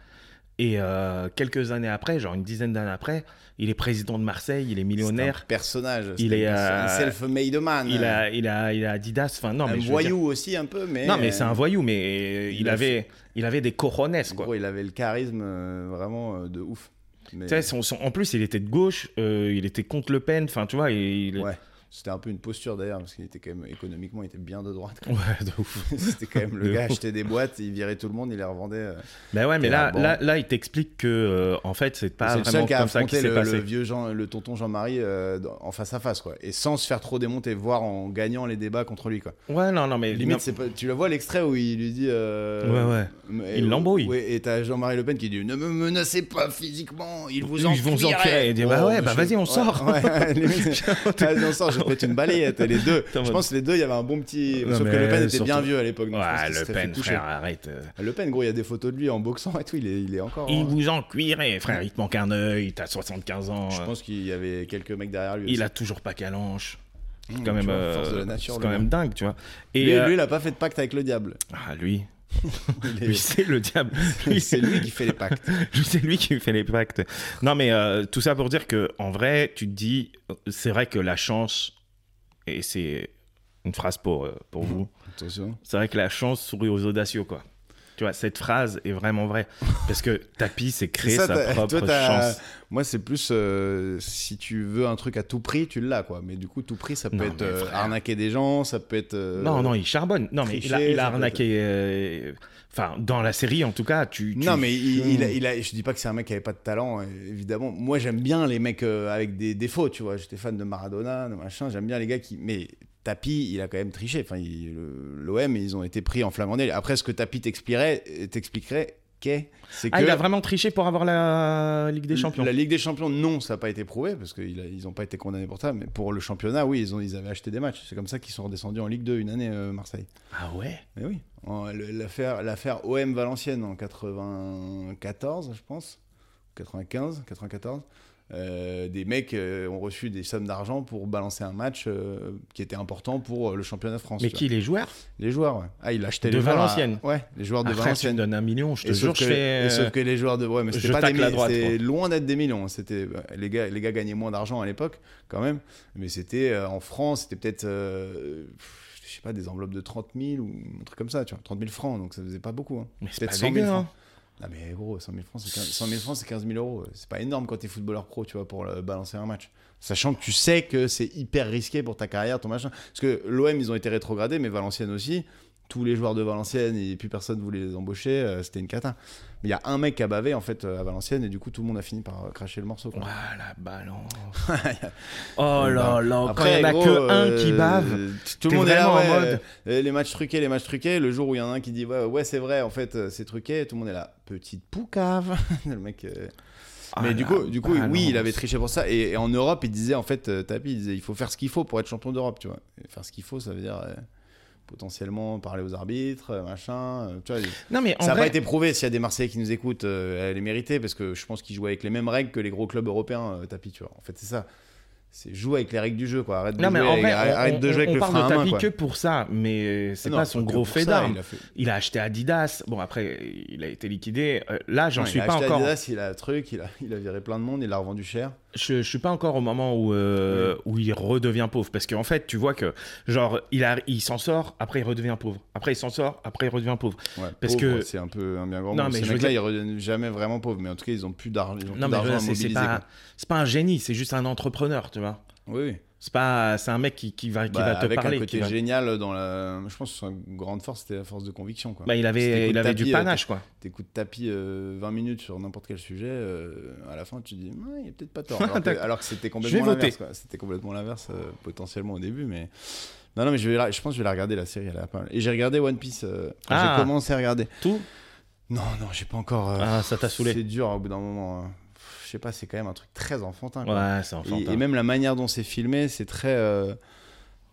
Et euh, quelques années après, genre une dizaine d'années après, il est président de Marseille, il est C'est un millionnaire, personnage. Il c'est est, un perso- euh, un self-made man. Euh, il a, il a, il a Adidas. Enfin, non, un mais je veux voyou aussi, un peu. Mais, dire- Non, mais c'est un euh, voyou, mais il, il a avait, il avait des coronets, en quoi. gros, il avait le charisme euh, vraiment euh, de ouf. Mais- Tu sais, son- son- en plus, il était de gauche, euh, il était contre Le Pen, enfin, tu vois, il, il- Ouais. C'était un peu une posture d'ailleurs, parce qu'il était quand même économiquement, il était bien de droite. *laughs* quoi. Ouais, de ouf. *laughs* C'était quand même De le gars ouf. achetait des boîtes, il virait tout le monde, il les revendait. euh. Bah ouais, mais Et là, là, bon. là, là, il t'explique que, euh, en fait, c'est pas c'est le vraiment seul qui a comme ça qu'il affronté s'est le, passé. le vieux Jean, le tonton Jean-Marie euh, dans- en face à face, quoi. Et sans se faire trop démonter, voire en gagnant les débats contre lui, quoi. Ouais, non, non, mais Limite, non. c'est pas- tu le vois l'extrait où il lui dit. euh, Ouais, ouais. mais- Il l'embrouille. ouais, et t'as Jean-Marie Le Pen qui dit Ne me menacez pas physiquement, ils vous en Oh, Ils vont enculer. Il dit, bah ouais, bah vas-y, on sort. Ouais, *laughs* *laughs* ouais, *laughs* limite, vas-y, on sort, je te pète une balayette. Et les deux, Putain, je ouais. pense que les deux, il y avait un bon petit. Non, Sauf que mais Le Pen était bien surtout- vieux à l'époque. donc je pense Ouais, qu'il Le s'était fait Pen, toucher. frère, arrête. euh. Le Pen, gros, il y a des photos de lui en boxant et tout, il est, il est encore. euh, Il vous en cuirait, frère, il te manque un œil, t'as 75 ans. Je euh, pense qu'il y avait quelques mecs derrière lui. Il aussi. a toujours pas calanche. C'est Mmh, quand tu même, vois, force euh, de la nature, c'est le quand gars. même dingue, tu vois. Et lui, euh, lui, il a pas fait de pacte avec le diable. ah, lui, Il est- lui *laughs* c'est le diable. Lui, *laughs* c'est lui qui fait les pactes. Lui, c'est lui qui fait les pactes. Non, mais euh, tout ça pour dire que, en vrai, tu te dis, c'est vrai que la chance, et c'est une phrase pour, euh, pour vous, Attention. c'est vrai que la chance sourit aux audacieux, quoi. Tu vois, cette phrase est vraiment vraie. Parce que Tapi s'est créé Ça, sa t'as- propre toi, t'as- chance. Moi, c'est plus euh, si tu veux un truc à tout prix, tu l'as quoi. Mais du coup, tout prix, ça peut Non, être mais euh, frère. arnaquer des gens, ça peut être. euh, non, non, il charbonne. Non, mais il a, tricher, il a ça peut arnaqué. euh, Enfin, dans la série, en tout cas, tu. tu- Non, mais il, Hmm. il a, il a- je dis pas que c'est un mec qui avait pas de talent, euh, évidemment. Moi, j'aime bien les mecs euh, avec des défauts, tu vois. J'étais fan de Maradona, de machin. J'aime bien les gars qui. Mais Tapi, il a quand même triché. Enfin, il- le- l'OM, ils ont été pris en flamandais. Après, ce que Tapi t'expliquerait, euh, t'expliquerait, qu'est, c'est que. Ah, il a vraiment triché pour avoir la Ligue des Champions. La Ligue des Champions, non, ça n'a pas été prouvé parce qu'ils n'ont pas été condamnés pour ça. Mais pour le championnat, oui, ils, ont, ils avaient acheté des matchs. C'est comme ça qu'ils sont redescendus en Ligue 2 une année, euh, Marseille. Ah ouais Mais oui, En- le- l'affaire, l'affaire OM Valenciennes en 94, je pense, 95, 94. euh, des mecs euh, ont reçu des sommes d'argent pour balancer un match euh, qui était important pour euh, le championnat de France. Mais tu qui, les joueurs vois. Les joueurs, ouais. Ah, ils l'achetaient De les joueurs à- Valenciennes. Ouais, les joueurs de Après, tu me Valenciennes. donnes un million, je te Et jure, sauf, que, je fais. euh, et sauf que les joueurs de ouais mais je c'était pas des tacle à mi- droite, c'était quoi. loin d'être des millions c'était bah, les gars les gars gagnaient moins d'argent à l'époque quand même mais c'était euh, en France c'était peut-être euh, pff, je sais pas des enveloppes de 30 000 ou un truc comme ça tu vois 30 000 francs donc ça faisait pas beaucoup hein. Mais c'est peut-être pas 100 000 dégueu, hein. francs. ah mais gros 100 000 francs c'est 15, 100 000 francs c'est 15 000 euros c'est pas énorme quand t'es footballeur pro tu vois pour euh, balancer un match sachant que tu sais que c'est hyper risqué pour ta carrière ton machin parce que l'OM ils ont été rétrogradés mais Valenciennes aussi tous les joueurs de Valenciennes et plus personne voulait les embaucher, euh, c'était une cata. Mais il y a un mec qui a bavé en fait euh, à Valenciennes et du coup tout le monde a fini par euh, cracher le morceau. quoi. Ah, la *laughs* balance. oh là Bah, là, quand il n'y en a gros, que un euh, qui bave. t'es tout le monde est là vraiment en ouais, mode- euh, les matchs truqués, les matchs truqués. Le jour où il y en a un qui dit ouais, ouais c'est vrai en fait euh, c'est truqué, tout le monde est là petite poucave. *laughs* le mec. euh, Ah, Mais du la coup, du coup, balance. oui, il avait triché pour ça. Et, et en Europe, il disait en fait, euh, Tapi, il disait, il faut faire ce qu'il faut pour être champion d'Europe, tu vois. Et faire ce qu'il faut, ça veut dire euh, potentiellement parler aux arbitres, euh, machin. euh, tu vois, Non, mais en ça n'a pas vrai, été prouvé. S'il y a des Marseillais qui nous écoutent, euh, elle est méritée parce que je pense qu'ils jouent avec les mêmes règles que les gros clubs européens, euh, Tapi, tu vois. En fait, c'est ça. C'est jouer avec les règles du jeu, quoi. Arrête de non, mais jouer, en avec, vrai, on, arrête de jouer on- avec on le parle frein de à main, Tapi quoi. que pour ça, mais c'est Non, pas son que gros hein. pour fait ça, d'armes. il a fait- Il a acheté Adidas. Bon, après, il a été liquidé. Euh, Là, j'en Non, suis il a pas acheté encore. Adidas, il a un truc, il a, il a viré plein de monde, il l'a revendu cher. Je, je suis pas encore au moment où, euh, où il redevient pauvre. Parce qu'en fait, tu vois que, genre, il, a- il s'en sort, après il redevient pauvre. Après, il s'en sort, après il redevient pauvre. Ouais, Parce pauvre, que- c'est un peu un bien grand Non, mot. mais Ces je veux mecs-là, ils reviennent jamais vraiment pauvres, mais en tout cas, ils ont plus d'ar- ils ont plus Non, mais d'argent voilà, à c'est c'est mobiliser. pas, quoi. c'est pas un génie, c'est juste un entrepreneur, tu vois. Oui, oui. C'est pas, c'est un mec qui, qui va, qui Bah, va te avec parler. un qui côté va- génial dans la. Je pense que sa grande force, c'était la force de conviction. Quoi. Bah, il Si avait, t'écoutes il avait du Tapi, euh, panache, quoi. t'écoutes tapis 20 minutes sur n'importe quel sujet, euh, à la fin tu dis Ouais, il a peut-être pas tort. *laughs* Alors que, D'accord. alors que c'était Je vais complètement voter. l'inverse. quoi. C'était complètement l'inverse euh, potentiellement au début, mais non non mais je vais la- je pense que je vais la regarder la série. Elle a pas mal. Et j'ai regardé One Piece. euh, quand Ah. J'ai commencé à regarder. Tout Non non j'ai pas encore. euh, Ah, ça t'a saoulé. C'est dur au bout d'un moment. hein. Pff, Je sais pas, c'est quand même un truc très enfantin. quoi. Ouais, c'est Et- enfantin. et, même la manière dont c'est filmé, c'est très euh,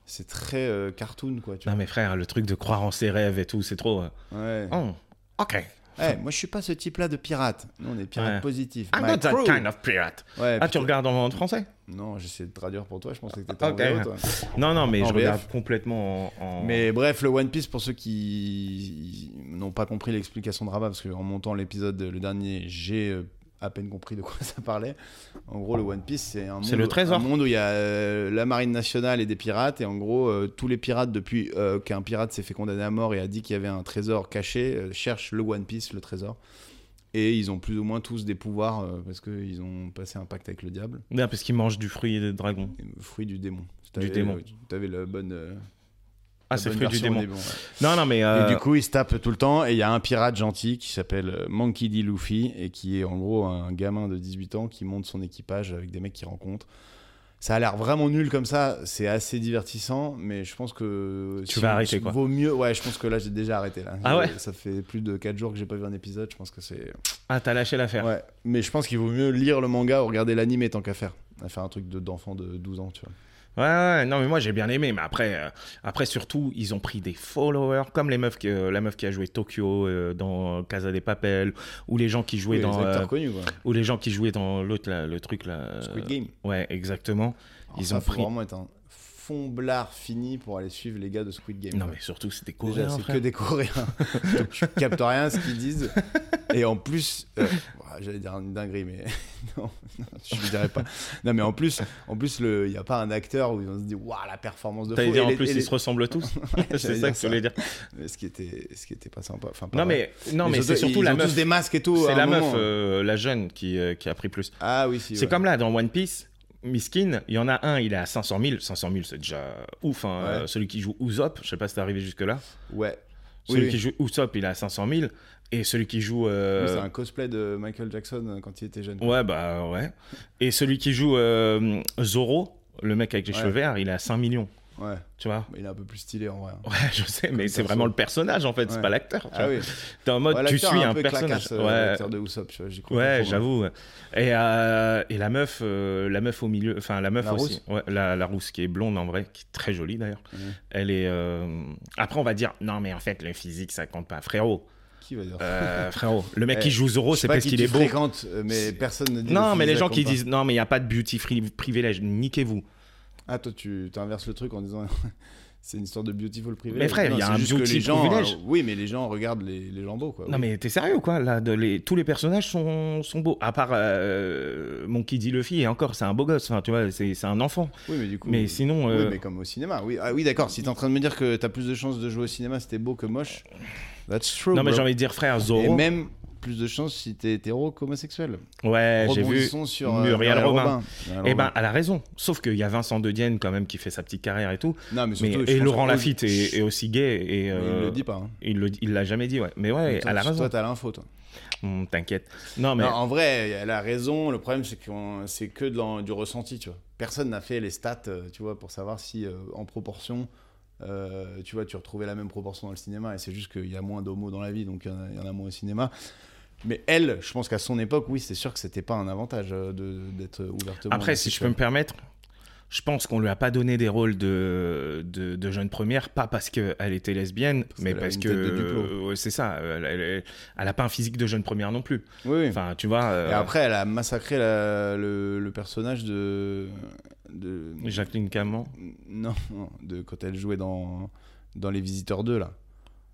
c'est très euh, cartoon quoi. Tu Non, mais frère, le truc de croire en ses rêves et tout, c'est trop. euh, vois. Ouais. oh, ok. Ouais, moi je suis pas ce type-là de pirate. Nous on est pirate Ouais. positif. I'm My not that crew. kind of pirate. Ouais, Ah, tu putain. regardes en en français Non, j'essaie de traduire pour toi, je pensais que t'étais Ok. en VO, toi. Non, non, mais En je VF. regarde complètement en. en- Mais bref, le One Piece, pour ceux qui n'ont pas compris l'explication de Rabat, parce qu'en montant l'épisode, le dernier, j'ai euh, à peine compris de quoi ça parlait. En gros, le One Piece, c'est un, C'est monde- le trésor. un monde où il y a euh, la marine nationale et des pirates, et en gros, euh, tous les pirates, depuis euh, qu'un pirate s'est fait condamner à mort et a dit qu'il y avait un trésor caché, euh, cherchent le One Piece, le trésor. Et ils ont plus ou moins tous des pouvoirs, euh, parce qu'ils ont passé un pacte avec le diable. Non, parce qu'il mange du fruit et des dragons. Fruit du démon. T'avais- démon. T'avais le bon. euh, Ah, la c'est bonne fruit du version démon. au début, ouais. Non, non, mais. euh, Et du coup, il se tape tout le temps. Et il y a un pirate gentil qui s'appelle euh, Monkey D. Luffy et qui est en gros un gamin de 18 ans qui monte son équipage avec des mecs qu'il rencontre. Ça a l'air vraiment nul comme ça. C'est assez divertissant, mais je pense que. Tu vas arrêter, quoi. Vaut mieux. Ouais, je pense que là, j'ai déjà arrêté. Là. Ah Je- ouais Ça fait plus de 4 jours que j'ai pas vu un épisode. Je pense que c'est. Ah, t'as lâché l'affaire. Ouais. Mais je pense qu'il vaut mieux lire le manga ou regarder l'anime tant qu'à faire. À faire un truc de- d'enfant de 12 ans, tu vois. Ouais, ouais, non, mais moi j'ai bien aimé, mais après, euh, après surtout, ils ont pris des followers, comme les meufs qui, euh, la meuf qui a joué Tokyo euh, dans Casa des Papel, ou les gens qui jouaient Oui, dans, les acteurs euh, connus, quoi. ou les gens qui jouaient dans l'autre, là, le truc là. euh, Squid Game. Ouais, exactement. Ils ont pris... vraiment être un fomblard fini pour aller suivre les gars de Squid Game. Non, quoi. mais surtout, c'était Déjà, coréen. c'est frère. que des *laughs* Coréens. Donc, je capte rien à ce qu'ils disent. Et en plus, euh, ouah, j'allais dire une dinguerie, mais *laughs* non, non, je ne dirais pas. Non, mais en plus, en plus, le- il n'y a pas un acteur où on se dit waouh la performance de. T'allais fou. dire Et en les- plus, et ils les- se ressemblent *laughs* tous. *laughs* c'est j'allais ça dire que tu voulais dire. mais ce qui était, ce qui était pas sympa. Enfin, pas Non, vrai. mais, non, mais Ils ont c'est tous- surtout ils la ont tous meuf. des masques et tout. à C'est un la meuf, moment. hein. euh, la jeune, qui, euh, qui a pris plus. Ah oui, si. C'est ouais. comme là, dans One Piece, Miskin, il y en a un, il est à 500 000. 500 000, c'est déjà ouf. hein. Ouais. Euh, celui qui joue Usopp, je sais pas si t'es arrivé jusque-là. Ouais. Oui, Celui oui. qui joue Usopp, il est à 500 000. Et celui qui joue. euh, Oui, C'est un cosplay de Michael Jackson euh, quand il était jeune. Ouais, bah ouais. Et celui qui joue euh, Zoro, le mec avec les Ouais. cheveux verts, il est à 5 millions. Ouais. Tu vois *laughs* Il est un peu plus stylé en vrai. Ouais, je sais, mais c'est perso. vraiment le personnage en fait, c'est Ouais. pas l'acteur. tu Ah vois. oui. T'es en mode, Ouais, tu l'acteur suis est un, peu personnage. clacasse, euh, ouais, l'acteur de Usopp, tu vois, j'y crois pas Ouais, trop, moi. j'avoue. ouais. Et, euh, et la meuf, euh, la meuf au milieu, enfin la meuf La aussi, Ouais, la, la rousse qui est blonde en vrai, qui est très jolie d'ailleurs. Mhm. Elle est. euh, Après, on va dire non, mais en fait, le physique, ça compte pas, frérot. Qui va dire *laughs* Euh, frérot, le mec Eh, qui joue Zoro, Je sais c'est pas parce qui qu'il tu est beau. fréquentes, euh, mais C'est- personne ne dit. Non, le mais les physique gens qui compte disent non, mais il n'y a pas de beauty free privilège, niquez-vous. pas. Ah, toi, tu inverses le truc en disant. *laughs* C'est une histoire de beautiful privilege. Mais frère, il y a c'est un juste que beauty les gens, privilege. euh, oui, mais les gens regardent les, les gens beaux, quoi. Non, oui. mais t'es sérieux ou quoi là, de- les- Tous les personnages sont, sont beaux, à part euh, Monkey D. Luffy, et encore, c'est un beau gosse, enfin, tu vois, c'est c'est un enfant. Oui, mais du coup. Mais sinon. oui, euh, mais comme au cinéma. Oui, ah, oui d'accord. Si t'es en train de me dire que t'as plus de chances de jouer au cinéma si t'es beau que moche, that's true. Non, mais bro. j'ai envie de dire, frère, Et Zoro. même plus de chances si t'es hétéro qu'homosexuel. Ouais, Eh, j'ai vu. Rebondissons sur euh, Muriel Robin. Muriel Eh ben, Robin. elle a raison. Sauf qu'il y a Vincent De Dienne quand même qui fait sa petite carrière et tout. Non, mais Mais, surtout, je et pense Laurent que- Lafitte est, est aussi gay. Et, Mais euh, Il le dit pas. hein. Il le- il l'a jamais dit, ouais. Mais ouais, toi, elle a tu- raison. Toi, t'as l'info, toi. Hum, T'inquiète. Non, mais Non, en vrai, elle a raison. Le problème, c'est qu'on- c'est que de l'en- du ressenti, tu vois. Personne n'a fait les stats, euh, tu vois, pour savoir si, euh, en proportion, euh, tu vois, tu retrouvais la même proportion dans le cinéma. Et c'est juste qu'il y a moins d'homos dans la vie, donc il y en a- il y, en a moins au cinéma. Mais elle, je pense qu'à son époque, oui, c'est sûr que c'était pas un avantage euh, de- d'être ouvertement. après, si je peux homosexuel. me permettre, je pense qu'on lui a pas donné des rôles de, de, de jeune première, pas parce qu'elle était lesbienne, mais qu'elle parce avait que. euh, une tête de Duplo. ouais, c'est ça. Elle, elle- elle- elle a pas un physique de jeune première non plus. Oui, oui. Enfin, tu vois. euh, Et après, elle a massacré la- le, le personnage de. de... Jacqueline Camon. Non, non, de quand elle jouait dans, dans Les Visiteurs 2, là.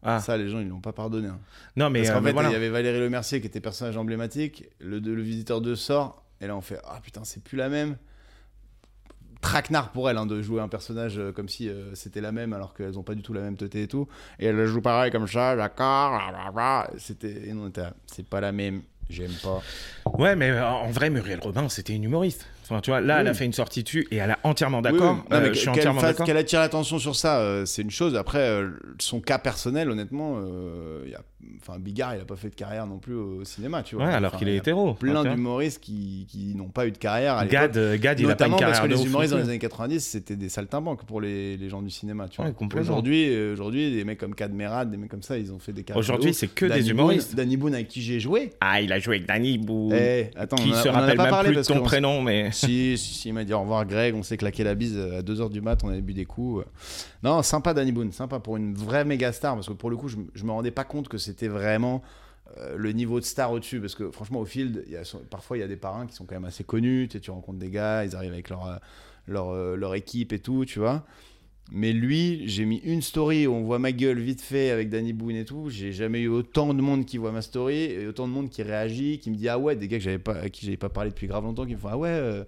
Ah, Ça, les gens, ils l'ont pas pardonné. hein. non, mais. Parce euh, qu'en mais fait, voilà. il y avait Valérie Le Mercier qui était personnage emblématique. Le, le Visiteur 2 sort, et là, on fait Ah putain, c'est plus la même. Traquenard pour elle hein, de jouer un personnage euh, comme si euh, c'était la même, alors qu'elles ont pas du tout la même teuté et tout. Et elle le joue pareil comme ça, d'accord, blablabla. C'était. Et nous, on était là, c'est pas la même, j'aime pas. Ouais, mais euh, en vrai, Muriel Robin, c'était une humoriste. Enfin, tu vois, là, Oui. elle a fait une sortie dessus et elle a entièrement d'accord. Oui, oui. Non, Euh, mais je suis qu'elle entièrement fasse- d'accord. Qu'elle attire l'attention sur ça, euh, c'est une chose. Après, euh, son cas personnel, honnêtement, euh, il y a- enfin, Bigard, il a pas fait de carrière non plus au cinéma, tu vois. Ouais, alors Enfin, qu'il il est y a hétéro. Plein Enfin, tu vois. d'humoristes qui, qui n'ont pas eu de carrière. À l'époque. Gad, euh, Gad, il a pas une Notamment carrière parce que de les ouf humoristes non dans les plus. années 90, c'était des saltimbanques pour les, les gens du cinéma. Tu vois. Ouais, complètement. Aujourd'hui, euh, aujourd'hui, des mecs comme Cadmerade, des mecs comme ça, ils ont fait des carrières. de Aujourd'hui, ouf. c'est que Danny des humoristes. Boone- Danny Boone avec qui j'ai joué. Ah, il a joué avec Danny Bou. Eh, attends, qui on en a- se on en a rappelle pas même parlé plus de parce ton qu'on- prénom, mais. si, si, si, il m'a dit au revoir Greg, on s'est claqué la bise euh, à 2h du mat, on avait bu des coups. euh. Non, sympa Danny Boone, sympa pour une vraie méga star, parce que pour le coup, je, m- je me rendais pas compte que c'était vraiment euh, le niveau de star au-dessus, parce que franchement, au field, il y a so- parfois il y a des parrains qui sont quand même assez connus, tu, sais, tu rencontres des gars, ils arrivent avec leur, euh, leur, euh, leur équipe et tout, tu vois. Mais lui, j'ai mis une story où on voit ma gueule vite fait avec Danny Boone et tout. J'ai jamais eu autant de monde qui voit ma story et autant de monde qui réagit, qui me dit ah ouais, des gars que j'avais pas, à qui j'avais pas parlé depuis grave longtemps, qui me font ah ouais, euh,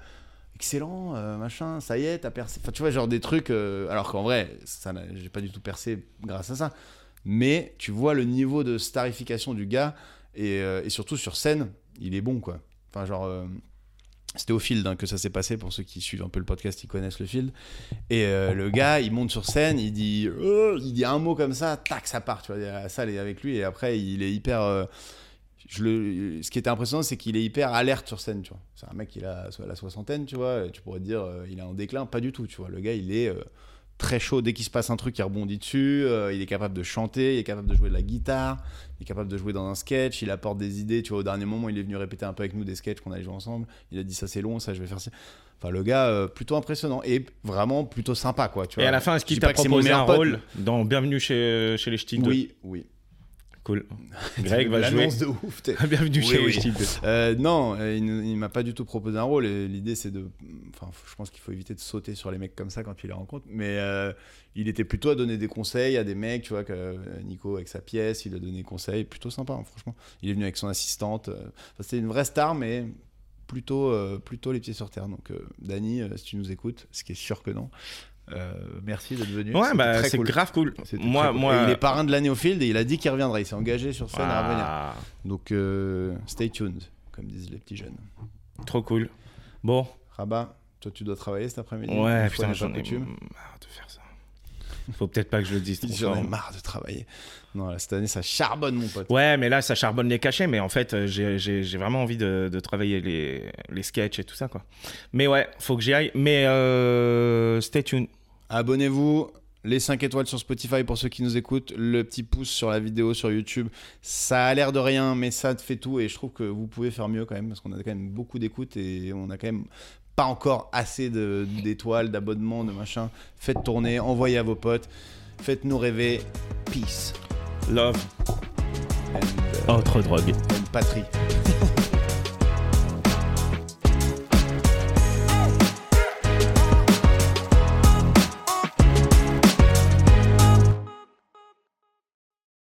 excellent, euh, machin, ça y est, t'as percé. Enfin, tu vois, genre des trucs. euh, alors qu'en vrai, ça, n'a- j'ai pas du tout percé grâce à ça. Mais tu vois le niveau de starification du gars et, euh, et surtout sur scène, il est bon quoi. Enfin, genre. euh, C'était au Field hein, que ça s'est passé. Pour ceux qui suivent un peu le podcast, ils connaissent le Field. Et euh, le gars, il monte sur scène, il dit, euh, il dit un mot comme ça, tac, ça part. Tu vois, la salle est avec lui et après, il est hyper. euh, je le, ce qui était impressionnant, c'est qu'il est hyper alerte sur scène. Tu vois, c'est un mec il a soit la soixantaine, tu vois. Tu pourrais te dire, euh, il est en déclin, pas du tout. Tu vois, le gars, il est euh, très chaud. Dès qu'il se passe un truc, il rebondit dessus. euh, il est capable de chanter, il est capable de jouer de la guitare, il est capable de jouer dans un sketch. Il apporte des idées. Tu vois, au dernier moment, il est venu répéter un peu avec nous des sketchs qu'on allait jouer ensemble. Il a dit ça c'est long, ça je vais faire ça. Enfin, le gars, euh, plutôt impressionnant et vraiment plutôt sympa, quoi. Tu Et vois. à la fin, est-ce Je qu'il dis t'a pas que c'est mon proposé un meilleur pote, rôle dans Bienvenue chez, euh, chez les Ch'tis 2 Oui, oui. *laughs* Cool. Greg va jouer. L'annonce de ouf. t'es- *laughs* Bienvenue Oui, chez les oui. Ch'tis 2. Euh, non, euh, il ne- il m'a pas du tout proposé un rôle. et L'idée, c'est de. Enfin, f- je pense qu'il faut éviter de sauter sur les mecs comme ça quand tu les rencontres. Mais euh, il était plutôt à donner des conseils à des mecs, tu vois, que euh, Nico avec sa pièce, il a donné des conseils. Plutôt sympa, hein, franchement. Il est venu avec son assistante. euh, enfin, C'était une vraie star, mais plutôt, euh, plutôt les pieds sur terre. Donc, euh, Dany, euh, si tu nous écoutes, ce qui est sûr que non, euh, merci d'être venu. Ouais, C'était bah, très c'est cool. grave cool. C'était Moi, très cool. moi. Et il est parrain de l'année au field et il a dit qu'il reviendrait. Il s'est engagé sur scène à revenir. Ah, Donc, euh, stay tuned, comme disent les petits jeunes. Trop cool. Bon, Rabat, toi, tu dois travailler cet après-midi. ouais, Une fois putain, n'est j'en pas ai coutume. marre de faire ça. Faut peut-être pas que je le dise. trop J'en ai fort. marre de travailler. Non, là, cette année, ça charbonne, mon pote. Ouais, mais là, ça charbonne les cachets, mais en fait, euh, j'ai- j'ai j'ai vraiment envie de, de travailler les, les sketchs et tout ça, quoi. Mais ouais, faut que j'y aille. Mais euh, stay tuned. Abonnez-vous. Les 5 étoiles sur Spotify pour ceux qui nous écoutent, le petit pouce sur la vidéo sur YouTube, ça a l'air de rien, mais ça te fait tout et je trouve que vous pouvez faire mieux quand même parce qu'on a quand même beaucoup d'écoutes et on a quand même pas encore assez de- d'étoiles, d'abonnements, de machin. Faites tourner, envoyez à vos potes, faites-nous rêver. Peace Love, and, autre drogue. and patrie.